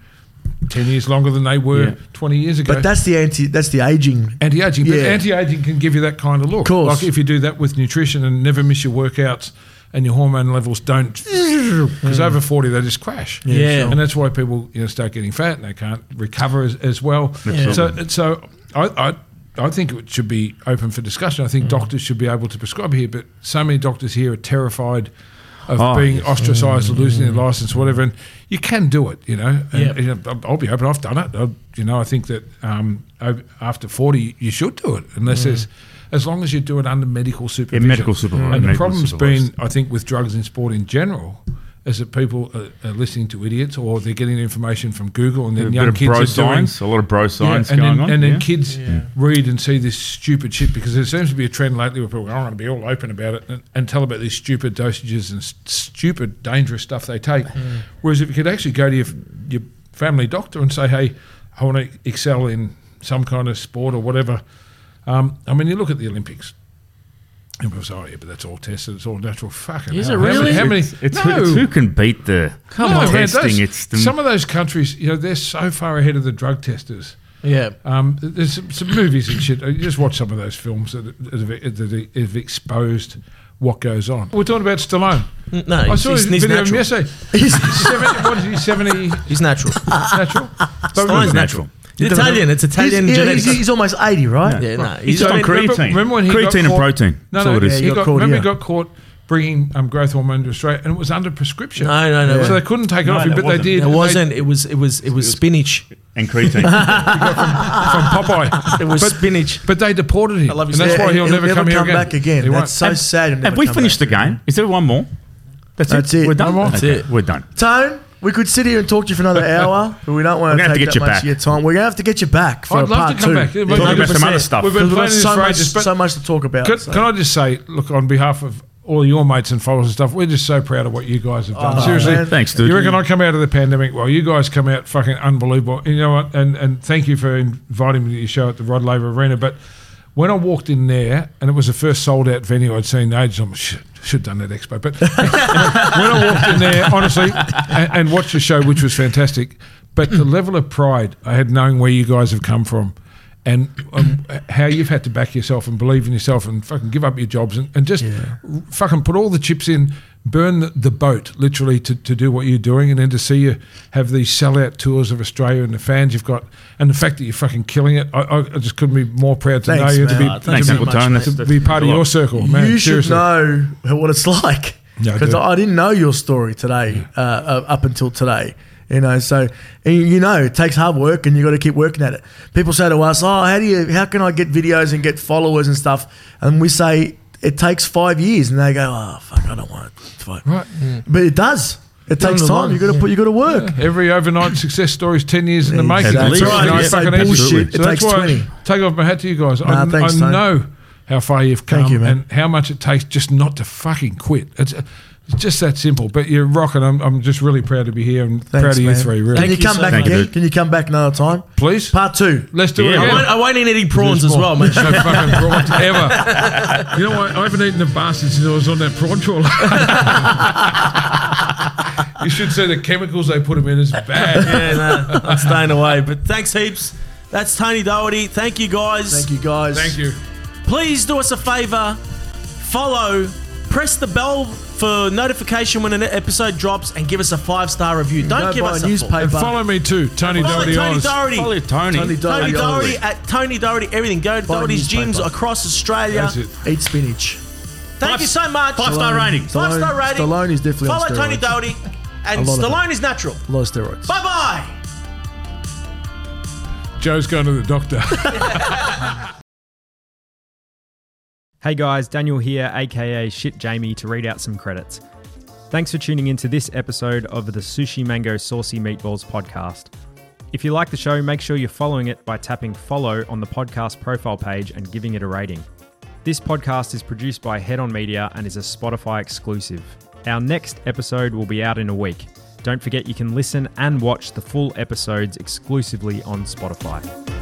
E: 10 years longer than they were 20 years ago.
A: But that's the anti. That's the aging.
E: Anti-aging, but
A: Yeah.
E: anti-aging can give you that kind of look.
A: Course.
E: like if you do that with nutrition and never miss your workouts, and your hormone levels don't, because over forty they just crash.
C: Yeah. sure.
E: and that's why people you know start getting fat and they can't recover as, as well. So, so I, I, I think it should be open for discussion. I think doctors should be able to prescribe here, but so many doctors here are terrified. Of
B: Oh,
E: being ostracised or losing their license, or whatever, and you can do it, you know. And,
C: Yeah.
E: you know, I'll- I'll be open. I've done it. I, you know, I think that um, o- after forty, you should do it, unless there's, as long as you do it under medical supervision.
B: Mm. medical supervision,
E: And the
B: medical
E: problem's
B: supervised.
E: been, I think, with drugs in sport in general, is that people are, are listening to idiots or they're getting information from Google, and then
B: A bit
E: young
B: of bro
E: kids are doing.
B: science, a lot of bro
E: Yeah,
B: science
E: and
B: going
E: then,
B: on.
E: and then
B: yeah.
E: kids read and see this stupid shit because there seems to be a trend lately where people go, I want to be all open about it and, and tell about these stupid dosages and st- stupid dangerous stuff they take.
C: Mm.
E: Whereas if you could actually go to your, f- your family doctor and say, hey, I want to excel in some kind of sport or whatever. Um, I mean, you look at the Olympics. And people say, oh, yeah, but that's all tested. It's all natural. Fucking
C: Is
E: hell.
C: it
E: How many-
C: really?
E: How many?
B: It's,
E: no.
B: who, it's who can beat the
E: No, man,
B: testing.
E: those-
B: it's the,
E: some of those countries, you know, they're so far ahead of the drug testers.
C: Yeah.
E: Um, there's some, some movies and shit. You just watch some of those films that, that, have, that have exposed what goes on. We're talking about Stallone.
C: No,
E: I
C: he's,
E: saw
C: he's,
E: his
C: he's
E: video of him
C: natural.
E: yesterday. 70, what is he, 70
C: He's natural.
E: natural? But
C: Stallion's
E: remember-
C: natural. It's Italian. It's
A: He's,
C: Italian
A: yeah,
C: genetics.
A: he's, he's almost eighty, right?
C: yeah, no.
B: He's
C: He's
B: just
E: I
B: on
E: mean, remember-
B: creatine.
E: remember when he got
B: creatine and
E: caught-
B: protein.
E: No,
B: That's
E: no,
B: all it
E: yeah,
B: is.
E: he
A: Yeah,
E: got,
A: got caught,
E: remember he
A: yeah.
E: got caught bringing um, growth hormone to Australia and it was under prescription.
C: No, no, no.
E: So they couldn't take it
B: No,
E: off him,
B: that
E: but
B: wasn't.
E: they did.
C: It
E: and they-
C: wasn't. It was. It was. It was spinach.
B: And creatine.
E: From Popeye.
C: It was
E: But-
C: spinach.
E: But they deported him.
C: I love you,
E: and that's
A: Yeah,
E: why he'll,
A: he'll
E: never,
A: never
E: come, here
A: come
E: again.
A: back again.
E: He won't.
A: That's so sad. he'll never
B: Have we
A: come
B: finished the
A: back.
B: game? Is there one more? That's,
A: That's it.
B: We're done.
E: No more.
B: That's
C: it.
B: We're done.
A: Tone, we could sit here and talk to you for another hour, but we don't want
B: We're
A: to
B: gonna have
A: take
B: to get
A: that
B: you
A: much
B: back.
A: of your time. We're gonna have to get you back for
E: I'd
A: a part
E: love to come
A: two.
E: back.
A: Yeah.
B: Talking about some other stuff.
E: We've been
A: We've
E: playing
A: got
E: this
A: so
E: for
A: much,
E: ages, but
A: so much to talk about.
E: Can,
A: so-
E: can I just say, look, on behalf of all your mates and followers and stuff, we're just so proud of what you guys have done. Seriously,
A: Oh, man.
B: Thanks, dude.
E: You reckon I come out of the pandemic? Well, you guys come out fucking unbelievable. You know what? And and thank you for inviting me to your show at the Rod Laver Arena. But when I walked in there, and it was the first sold out venue I'd seen in ages, I'm should, should have done that expo. But when I walked in there, honestly, and, and watched your show, which was fantastic, but the level of pride I had knowing where you guys have come from and um, how you've had to back yourself and believe in yourself and fucking give up your jobs and, and just r- fucking put all the chips in, burn the, the boat literally to, to do what you're doing and then to see you have these sellout tours of Australia and the fans you've got and the fact that you're fucking killing it. I, I, I just couldn't be more proud to
A: Thanks,
E: know you and
A: man.
E: to
A: Oh,
E: be,
B: Thanks,
A: thanks so
B: Uncle
A: much,
B: Tone.
A: mate.
B: That's-
E: to
B: that's
E: be part of
B: a lot.
E: your circle, man.
A: you
E: seriously.
A: should know what it's like
E: Yeah, I
A: because
E: do.
A: I, didn't know your story today uh, uh, up until today. You know, so and you- you know it takes hard work, and you got to keep working at it. People say to us, "Oh, how do you? How can I get videos and get followers and stuff?" And we say it takes five years, and they go, "Oh, fuck, I don't want it." Fuck.
E: Right.
A: But it does. It takes
E: the
A: time.
E: line,
A: You got to put. You got to work.
E: Every overnight success story is 10 years in the making.
A: Exactly.
B: That's right.
E: You know,
B: You
E: it's
B: say
E: fucking easy.
A: bullshit,
E: So
A: it
E: that's
A: takes
E: why
A: 20.
E: I take off my hat to you guys.
A: Nah,
E: I,
A: thanks,
E: I
A: Tony.
E: know how far you've come
A: Thank you, man.
E: and how much it takes just not to fucking quit. It's, uh, It's just that simple. But you're rocking. I'm, I'm just really proud to be here and proud of you
A: man.
E: three.
A: Can
E: Really,
A: you,
C: you
A: come
C: so
A: back
C: much.
A: again? Can you come back another time?
E: please.
A: Part two.
E: Let's do
F: Yeah,
C: I
E: it. again.
C: won't, I won't eat any prawns as well, mate.
E: There's no fucking prawns ever. You know what? I haven't eaten a bastard since I was on that prawn trawler. you should say the chemicals they put them in is bad.
C: yeah, no, I'm staying away. But thanks heaps. That's Tony Doherty. Thank you guys.
A: Thank you, guys.
E: Thank you.
C: Please do us a favor. Follow, press the bell for notification when an episode drops, and give us a five star review. Don't
A: Go
C: give
A: buy
C: us
A: a
C: a
A: newspaper.
E: And follow me too, Tony
C: Follow
E: Doherty
C: Tony
E: Oz.
C: Doherty.
F: Probably Tony.
A: Tony Doherty.
C: Tony Doherty at Tony Doherty everything. Go to
A: Buy a
C: Doherty's gyms
A: newspaper.
C: across Australia.
E: That's it.
A: Eat spinach.
C: Thank you so much.
F: five star
A: Stallone-
F: rating.
C: Five star
A: Stallone-
C: rating.
A: Stallone is definitely on
C: Follow Tony
A: steroids.
C: Doherty, and
A: A lot of
C: Stallone is natural.
A: A lot of steroids.
C: Bye bye.
E: Joe's going to the doctor.
G: Hey guys, Daniel here, aka Shit Jamie, to read out some credits. Thanks for tuning into this episode of the Sushi Mango Saucy Meatballs podcast. If you like the show, make sure you're following it by tapping follow on the podcast profile page and giving it a rating. This podcast is produced by Head On Media and is a Spotify exclusive. Our next episode will be out in a week. Don't forget you can listen and watch the full episodes exclusively on Spotify.